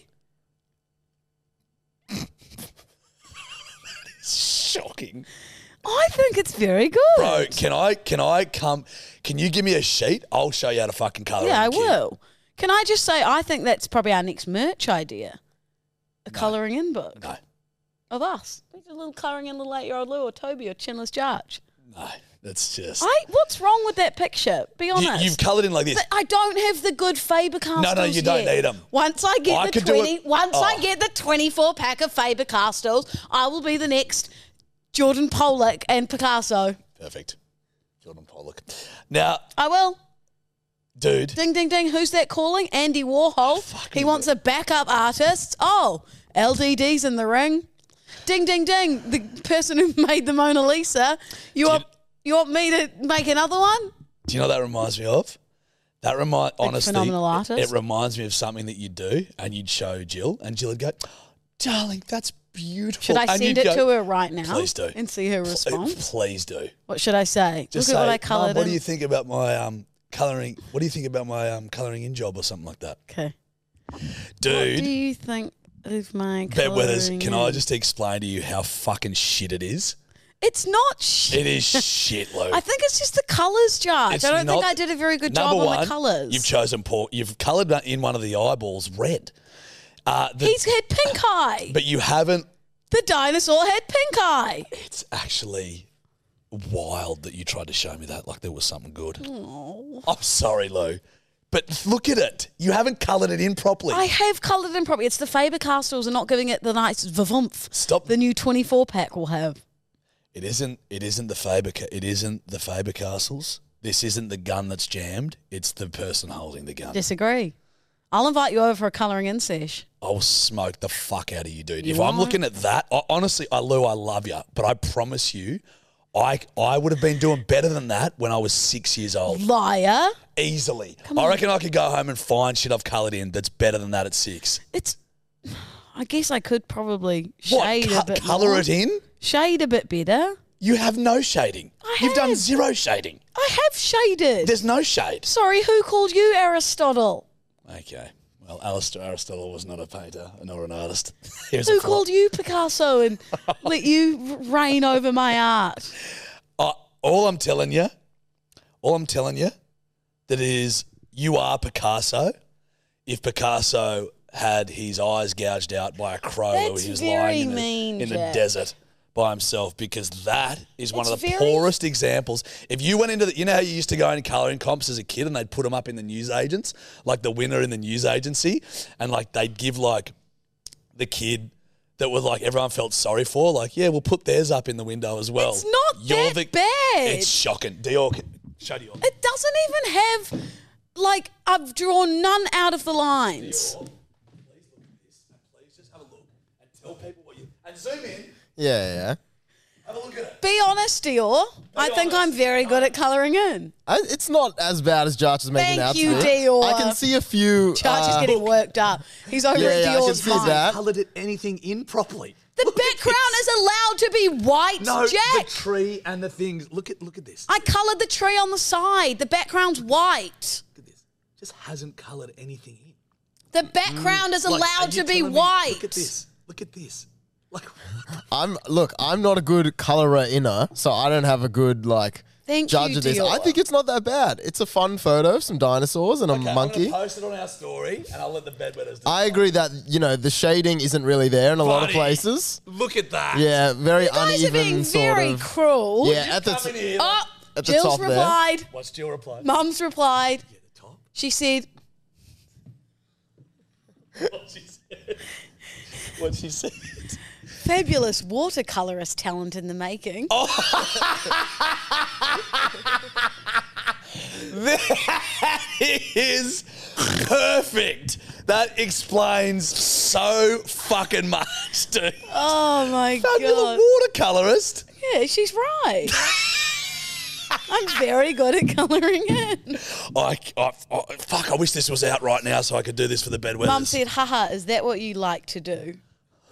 S3: Shocking,
S4: I think it's very good.
S3: bro. Can I can I come? Can you give me a sheet? I'll show you how to fucking color.
S4: yeah, I will. Can I just say, I think that's probably our next merch idea a colouring in book.
S3: No.
S4: Of us. We did a little colouring in little eight year old Lou or Toby or Chinless Judge.
S3: No, that's just.
S4: I, what's wrong with that picture? Be
S3: you,
S4: honest.
S3: you've coloured in like this.
S4: But I don't have the good Faber Castles.
S3: no, you don't
S4: yet.
S3: need 'em.
S4: Once I get
S3: I
S4: the
S3: could do it-
S4: twenty, once I
S3: Oh.
S4: get the twenty-four pack of Faber Castles, I will be the next Jordan Pollock and Picasso.
S3: Perfect. Jordan Pollock. Now,
S4: I will.
S3: dude,
S4: Ding, ding, ding. Who's that calling? Andy Warhol. he wants a backup artist. Oh, LDD's in the ring. Ding, ding, ding. The person who made the Mona Lisa. You want you want me to make another one?
S3: do you know what that reminds me of? That remind honestly,
S4: phenomenal
S3: it-
S4: artist.
S3: It, reminds me of something that you'd do, and you'd show Jill, and Jill would go, "Darling, that's beautiful."
S4: Should I
S3: And
S4: send
S3: you'd
S4: it
S3: go,
S4: to her right now?
S3: Please do.
S4: And see her response.
S3: Please do.
S4: What should I say?
S3: Just
S4: Look
S3: say,
S4: at what I
S3: "Mum,
S4: coloured
S3: What
S4: in.
S3: do you think about my um colouring? What do you think about my um colouring in job or something like that?
S4: Okay. What do
S3: Dude,
S4: you think of my
S3: Bedweathers,
S4: colouring
S3: can
S4: in?
S3: I just explain to you how fucking shit it is?
S4: It's not shit.
S3: It is shit, Lou.
S4: I think it's just the colours, Judge.
S3: It's
S4: I don't think
S3: not-
S4: I did a very good
S3: Number
S4: job on
S3: one,
S4: the colours.
S3: You've chosen poor. You've coloured that in one of the eyeballs red. Uh, the,
S4: He's had pink eye.
S3: but you haven't
S4: The dinosaur had pink eye.
S3: It's actually wild that you tried to show me that like there was something good. I'm sorry, Lou, but look at it. You haven't coloured it in properly.
S4: I have coloured in properly. It's the Faber Castles are not giving it the nice vavumph
S3: Stop.
S4: the new 24 pack will have.
S3: It isn't. It isn't the Faber. Ca- It isn't the Faber Castles. This isn't the gun that's jammed. It's the person holding the gun.
S4: Disagree. I'll invite you over for a colouring in sesh.
S3: I'll smoke the fuck out of you, dude.
S4: You
S3: if I'm
S4: are.
S3: looking at that, I, honestly, I, Lou, I love you, but I promise you, I I would have been doing better than that when I was six years old,
S4: Liar.
S3: easily.
S4: Come
S3: I
S4: on.
S3: reckon I could go home and find shit I've coloured in that's better than that at six.
S4: It's. I guess I could probably
S3: What,
S4: shade
S3: co-
S4: a bit.
S3: colour
S4: more.
S3: it in?
S4: Shade a bit better.
S3: You have no shading. You've done
S4: have.
S3: zero shading.
S4: I have shaded.
S3: There's no shade.
S4: Sorry, who called you Aristotle?
S3: Okay. Well, Alistair Aristotle was not a painter nor an artist. He was a
S4: Who
S3: philo-
S4: called you Picasso and let you reign over my art?
S3: Uh, all I'm telling you, all I'm telling you, that is, you are Picasso. If Picasso had his eyes gouged out by a crow while
S4: That's
S3: he was
S4: very
S3: lying in,
S4: mean,
S3: the, in the
S4: Jack.
S3: desert by himself, because that is one of
S4: It's
S3: the
S4: very-
S3: poorest examples. If you went into the, you know how you used to go in colouring comps as a kid and they'd put them up in the newsagents, like the winner in the news agency, and like they'd give like the kid that were like everyone felt sorry for, like, yeah, we'll put theirs up in the window as well.
S4: It's not that bad.
S3: It's shocking. Dior, can- show Dior.
S4: It doesn't even have, like, I've drawn none out of the lines.
S3: Tell people what you and zoom in.
S6: Yeah, yeah.
S4: Be honest, Dior. I think I'm very good at colouring in.
S6: I, it's not as bad as Josh is making
S4: Thank
S6: out. to
S4: you,
S6: be.
S4: Dior.
S6: I can see a few.
S4: Charge is
S6: uh,
S4: getting worked up. He's over
S6: yeah,
S4: at
S6: yeah, I can
S4: Dior's
S6: see
S4: mind.
S6: that.
S3: Coloured it anything in properly.
S4: The background is allowed to be white,
S3: No,
S4: Jack.
S3: the tree and the things. Look at look at this.
S4: I coloured the tree on the side. The background's white.
S3: Just hasn't coloured anything in.
S4: The background is
S3: Mm, Like, are
S4: allowed
S3: you
S4: to be
S3: telling me-
S4: white.
S3: Look at this. Look at this. Like
S6: I'm look. I'm not a good colorer inner, so I don't have a good like
S4: Thank
S6: judge
S4: you,
S6: of this.
S4: Dior.
S6: I think it's not that bad. It's a fun photo of some dinosaurs and a monkey.
S3: post it on our story, and I'll let the bedwetters.
S6: I agree that you know the shading isn't really there in a lot of
S3: Buddy,
S6: places.
S3: Look at that.
S6: Yeah, very
S4: guys are
S6: uneven
S4: being
S6: sort
S4: very
S6: of.
S4: cruel.
S6: Yeah, at the t-
S4: oh,
S6: at the
S4: Jill's
S6: top there.
S4: replied.
S3: What's Jill replied?
S4: Mum's replied. She said,
S3: What she said.
S4: fabulous watercolorist talent in the making.
S3: Oh. That is perfect. That explains so fucking much, dude.
S4: Oh my god.
S3: Watercolorist.
S4: Yeah, she's right. I'm very good at colouring in.
S3: I, I, I- fuck. I wish this was out right now so I could do this for the bedwetters.
S4: Mum said, haha, is that what you like to do?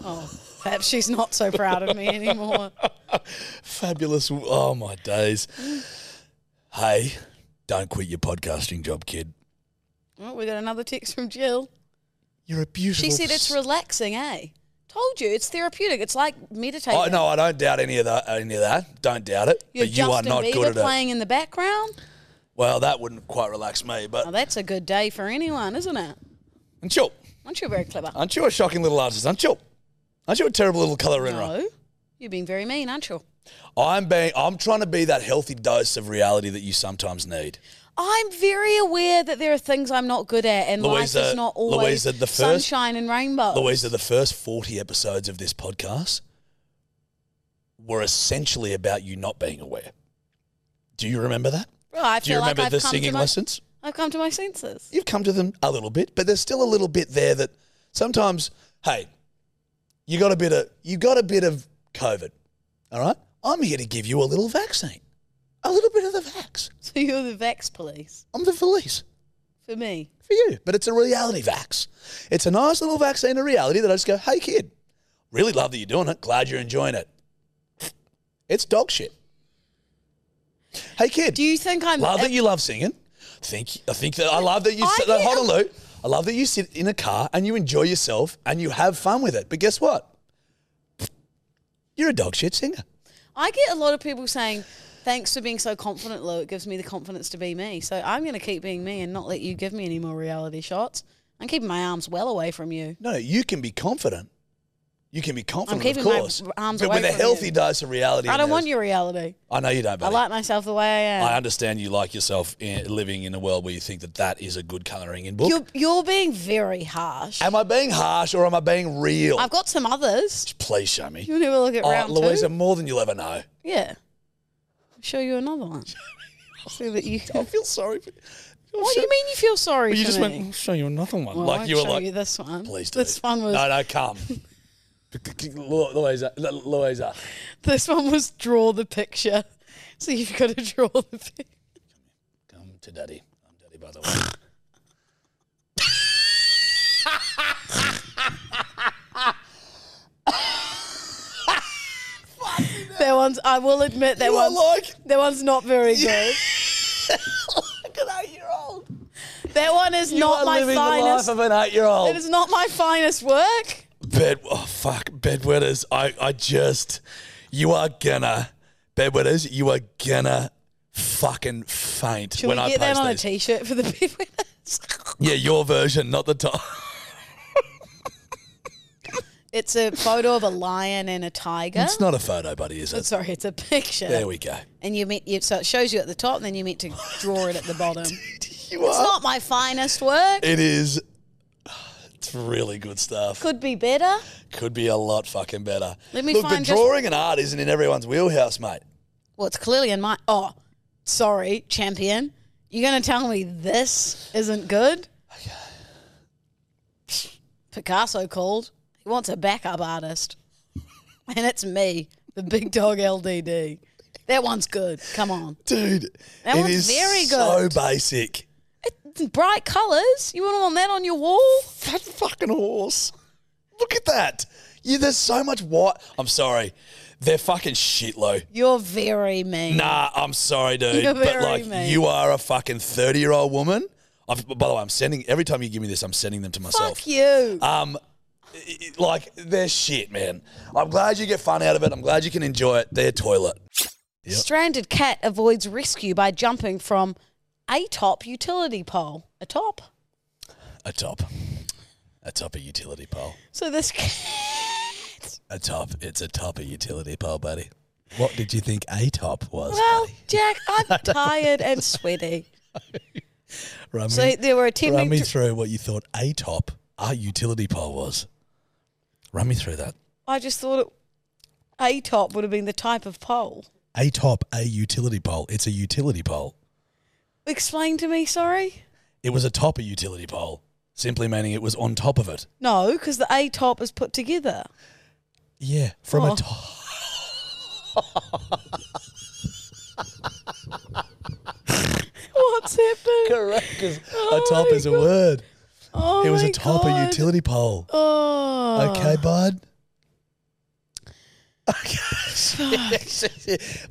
S4: Oh, perhaps she's not so proud of me anymore.
S3: Fabulous. Oh my days. Hey, don't quit your podcasting job, kid.
S4: Oh, we got another text from Jill.
S3: You're a beautiful.
S4: She said it's relaxing, eh? Told you, it's therapeutic. It's like meditating.
S3: I no, I don't doubt any of that. Any of that. Don't doubt it.
S4: You're
S3: but you
S4: Justin
S3: are not
S4: Bieber
S3: good at
S4: playing in the background.
S3: it. Well, that wouldn't quite relax me, but
S4: Now Oh, that's a good day for anyone, isn't it?
S3: aren't you?
S4: Aren't you very clever?
S3: Aren't you a shocking little artist? Aren't you? Aren't you a terrible little colour in
S4: No, you've been very mean, aren't you?
S3: I'm being. I'm trying to be that healthy dose of reality that you sometimes need.
S4: I'm very aware that there are things I'm not good at, and life
S3: Louisa-
S4: is not always
S3: Louisa, the first-
S4: sunshine and rainbows.
S3: Louisa, the first 40 episodes of this podcast were essentially about you not being aware. Do you remember that?
S4: Well, I
S3: Do you
S4: feel like
S3: remember
S4: I've
S3: the
S4: come to
S3: singing
S4: my-
S3: lessons?
S4: I've come to my senses.
S3: You've come to them a little bit, but there's still a little bit there that sometimes, hey, you got a bit of you got a bit of COVID. All right? I'm here to give you a little vaccine. A little bit of the vax.
S4: So you're the Vex police
S3: I'm the police
S4: for me.
S3: for you, but it's a reality vax. It's a nice little vaccine of reality that I just go, hey kid, really love that you're doing it. Glad you're enjoying it. It's dog shit. Hey kid,
S4: Do you think I'm? uh,
S3: love that you love singing. Think I think that I love that you.
S4: I
S3: sit- no,
S4: think-
S3: hold on, Lou. I love that you sit in a car and you enjoy yourself and you have fun with it. But guess what? You're a dog shit singer.
S4: I get a lot of people saying, "Thanks for being so confident, Lou. It gives me the confidence to be me." So I'm going to keep being me and not let you give me any more reality shots. I'm keeping my arms well away from you.
S3: No, you can be confident. You can be confident,
S4: keeping
S3: of
S4: my
S3: course,
S4: arms
S3: but
S4: away
S3: with a
S4: from you.
S3: healthy dose of reality.
S4: I
S3: in
S4: don't
S3: there
S4: want
S3: is-
S4: your reality.
S3: I know you don't.
S4: I
S3: Buddy.
S4: like myself the way I am.
S3: I understand you like yourself in, living in a world where you think that that is a good colouring in book.
S4: You're you're being very harsh.
S3: am I being harsh or am I being real?
S4: I've got some others.
S3: Please show me.
S4: You want to have a look at
S3: Oh,
S4: round
S3: Louisa,
S4: two?
S3: more than you'll ever know.
S4: Yeah. I'll show you another one. so that you
S3: I feel sorry for you.
S4: What do you mean you feel sorry
S3: Well, you
S4: for
S3: just
S4: me?
S3: went, "I'll show you another one.
S4: Well, I
S3: like
S4: won't
S3: you were
S4: show
S3: like,
S4: you this one.
S3: please do.
S4: This one was
S3: No, no, come. Lu- Louisa, Lu- Louisa.
S4: this one was draw the picture. So you've got to draw the picture.
S3: Come to daddy. I'm daddy, by the way.
S4: That one's I will admit that
S3: You are
S4: one's
S3: like
S4: that one's not very good.
S3: like an eight-year-old.
S4: That one is
S3: You
S4: not
S3: are
S4: my
S3: living the
S4: finest
S3: life of an eight-year-old.
S4: it is not my finest work.
S3: Bed, oh fuck, bedwetters. I, I just, you are gonna, bedwetters. You are gonna fucking faint
S4: Should
S3: when
S4: we
S3: I
S4: get
S3: post
S4: that on
S3: these.
S4: a t shirt for the people?
S3: yeah, your version, not the top.
S4: It's a photo of a lion and a tiger.
S3: It's not a photo, buddy, is
S4: Oh,
S3: it?
S4: sorry, it's a picture.
S3: There we go.
S4: and you meant you, so it shows you at the top, then you meant to draw it at the bottom. it's
S3: You are.
S4: not my finest work.
S3: it is. It's really good stuff.
S4: Could be better.
S3: Could be a lot fucking better.
S4: Let me
S3: Look,
S4: find
S3: the
S4: just-
S3: drawing and art isn't in everyone's wheelhouse, mate.
S4: Well, it's clearly in my. Oh, sorry, champion. You're going to tell me this isn't good? Picasso called. He wants a backup artist. And it's me, the big dog LDD. That one's good. Come on.
S3: Dude,
S4: That
S3: it
S4: one's
S3: is
S4: very
S3: so
S4: good.
S3: basic.
S4: Bright colours. You wouldn't want that on your wall?
S3: That fucking horse. Look at that. Yeah, there's so much white. I'm sorry. They're fucking shit, Lou.
S4: You're very mean.
S3: Nah, I'm sorry, dude.
S4: You're
S3: but
S4: very
S3: like,
S4: mean.
S3: you are a fucking 30 year old woman. I've, by the way, I'm sending, every time you give me this, I'm sending them to myself.
S4: Fuck you.
S3: Um, i- i- like, they're shit, man. I'm glad you get fun out of it. I'm glad you can enjoy it. They're toilet.
S4: Stranded cat avoids rescue by jumping from a top utility pole. A top?
S3: A top. A top of utility pole.
S4: So this cat.
S3: A top. It's a top of utility pole, buddy. What did you think a top was?
S4: Well, Jack, I'm tired and sweaty.
S3: Run
S4: so they were attempting
S3: Run me
S4: to-
S3: through what you thought a top, a utility pole was. Run me through that.
S4: I just thought it, a top would have been the type of pole.
S3: A top, a utility pole. It's a utility pole.
S4: Explain to me, sorry.
S3: It was a top of utility pole, simply meaning it was on top of it.
S4: No, because the a top is put together.
S3: Yeah, from
S4: Oh.
S3: a top.
S4: What's happening?
S3: Correct. a top is a word.
S4: Oh
S3: it was
S4: my
S3: a top of
S4: God.
S3: utility pole.
S4: Oh.
S3: Okay, bud.
S4: Fuck.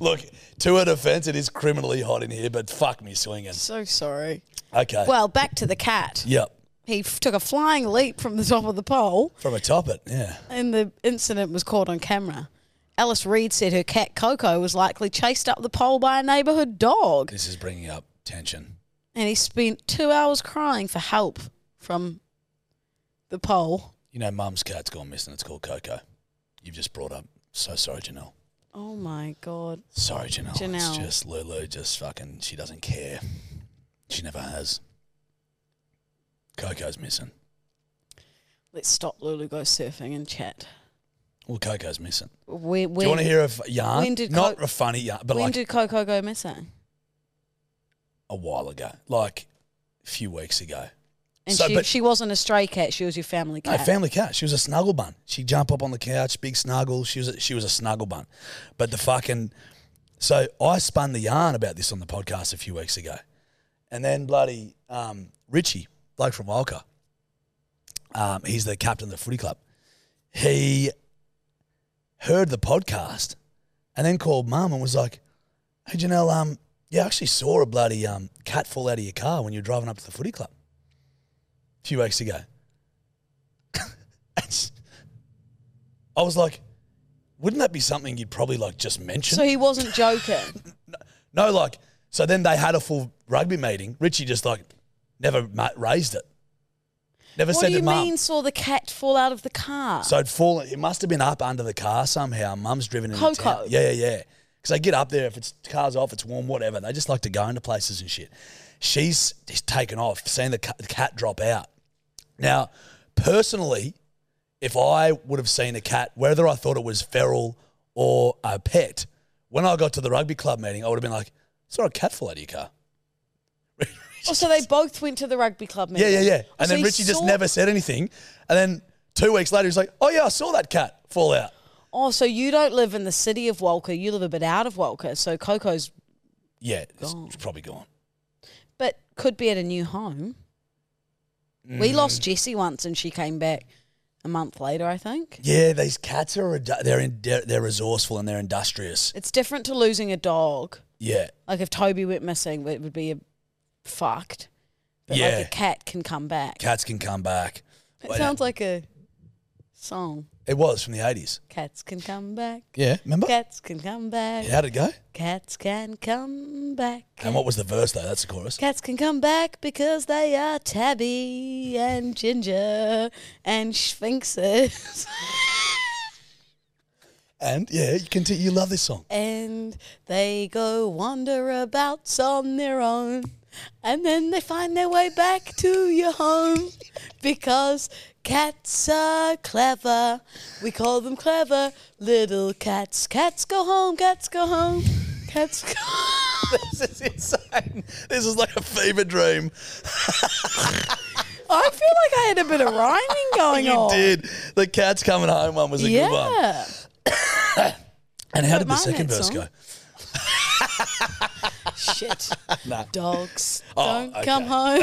S3: Look, to her defense, it is criminally hot in here, but fuck me swinging.
S4: so sorry.
S3: Okay.
S4: Well, back to the cat.
S3: Yep.
S4: He f- took a flying leap from the top of the pole,
S3: From a top it, yeah.
S4: and the incident was caught on camera. Alice Reed said her cat Coco was likely chased up the pole by a neighbourhood dog,
S3: This is bringing up tension.
S4: and he spent two hours crying for help from the pole.
S3: You know, mum's cat's gone missing. It's called Coco. You've just brought up. So sorry, Janelle.
S4: Oh my god!
S3: Sorry, Janelle. It's
S4: Janelle.
S3: just Lulu. Just fucking. She doesn't care. She never has. Coco's missing.
S4: Let's stop Lulu go surfing and chat.
S3: Well, Coco's missing.
S4: Where,
S3: Do you want to hear a f- yarn?
S4: When did
S3: Not
S4: Co-
S3: a funny yarn, but
S4: when
S3: like
S4: did Coco go missing?
S3: a while ago, like a few weeks ago.
S4: And
S3: So,
S4: she,
S3: but-
S4: she wasn't a stray cat; she was your family
S3: No,
S4: cat.
S3: family cat. She was a snuggle bun. She would jump up on the couch, big snuggle. She was a, she was a snuggle bun, but the fucking so I spun the yarn about this on the podcast a few weeks ago, and then bloody um, Richie, bloke from Walker, um, he's the captain of the footy club. He heard the podcast and then called mum and was like, "Hey Janelle, um, yeah, I actually saw a bloody um cat fall out of your car when you were driving up to the footy club a few weeks ago." And I was like, wouldn't that be something you'd probably like just mention?
S4: So he wasn't joking.
S3: no, like, so then they had a full rugby meeting. Richie just like never ma- raised it. Never
S4: what
S3: said
S4: do
S3: to
S4: you
S3: mum.
S4: mean saw the cat fall out of the car?
S3: So it'd fallen. It must have been up under the car somehow. Mum's driven in.
S4: Coco.
S3: Yeah, yeah, yeah. Because they get up there if it's car's off, it's warm, whatever. They just like to go into places and shit. She's just taken off, seeing the, ca- the cat drop out. Now, personally, if I would have seen a cat, whether I thought it was feral or a pet, when I got to the rugby club meeting, I would have been like, "Saw a cat fall out of your car."
S4: oh, so they both went to the rugby club meeting.
S3: Yeah, yeah, yeah.
S4: Oh,
S3: And
S4: so
S3: then
S4: he
S3: Richie just
S4: saw-
S3: never said anything. And then two weeks later, he's like, "Oh yeah, I saw that cat fall out."
S4: Oh, so you don't live in the city of Walker. You live a bit out of Walker. So Coco's,
S3: Yeah, it's
S4: Gone.
S3: probably gone.
S4: but could be at a new home.
S3: Mm.
S4: We lost Jessie once, and she came back a month later. I think
S3: Yeah, these cats are redu- they're in, they're, they're resourceful and they're industrious.
S4: it's different to losing a dog.
S3: Yeah,
S4: Like if Toby went missing, it would be a, fucked. But
S3: yeah.
S4: like a cat can come back.
S3: Cats can come back.
S4: It
S3: Well,
S4: sounds like a song.
S3: It was from the eighties.
S4: Cats can come back.
S3: Yeah, remember?
S4: Cats can come back.
S3: How'd it go?
S4: Cats can come back.
S3: And what was the verse though? That's the chorus.
S4: Cats can come back because they are tabby and ginger and sphinxes.
S3: And yeah, you can you love this song.
S4: and they go wander abouts on their own. And then they find their way back to your home because cats are clever. We call them clever little cats. Cats go home, cats go home, cats go
S3: this is insane. This is like a fever dream.
S4: I feel like I had a bit of rhyming going
S3: you
S4: on.
S3: did. The cats coming home one was a
S4: yeah.
S3: good one. And how did the
S4: Don't mind
S3: second
S4: that
S3: verse
S4: song.
S3: go?
S4: Shit.
S3: Nah.
S4: Dogs
S3: Oh,
S4: don't
S3: okay.
S4: come home.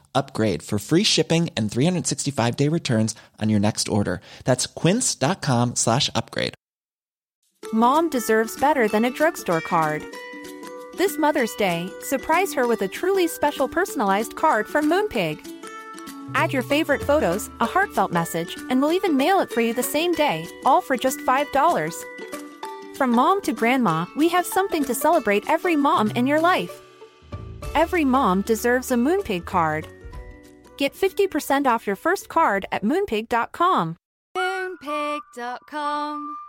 S10: upgrade for free shipping and 365 day returns on your next order. That's quince.com slash upgrade.
S11: Mom deserves better than a drugstore card. This Mother's Day, surprise her with a truly special personalized card from Moonpig. Add your favorite photos, a heartfelt message, and we'll even mail it for you the same day, all for just $5. From mom to grandma, we have something to celebrate every mom in your life. Every mom deserves a Moonpig card. Get 50% off your first card at moonpig.com.
S12: Moonpig.com.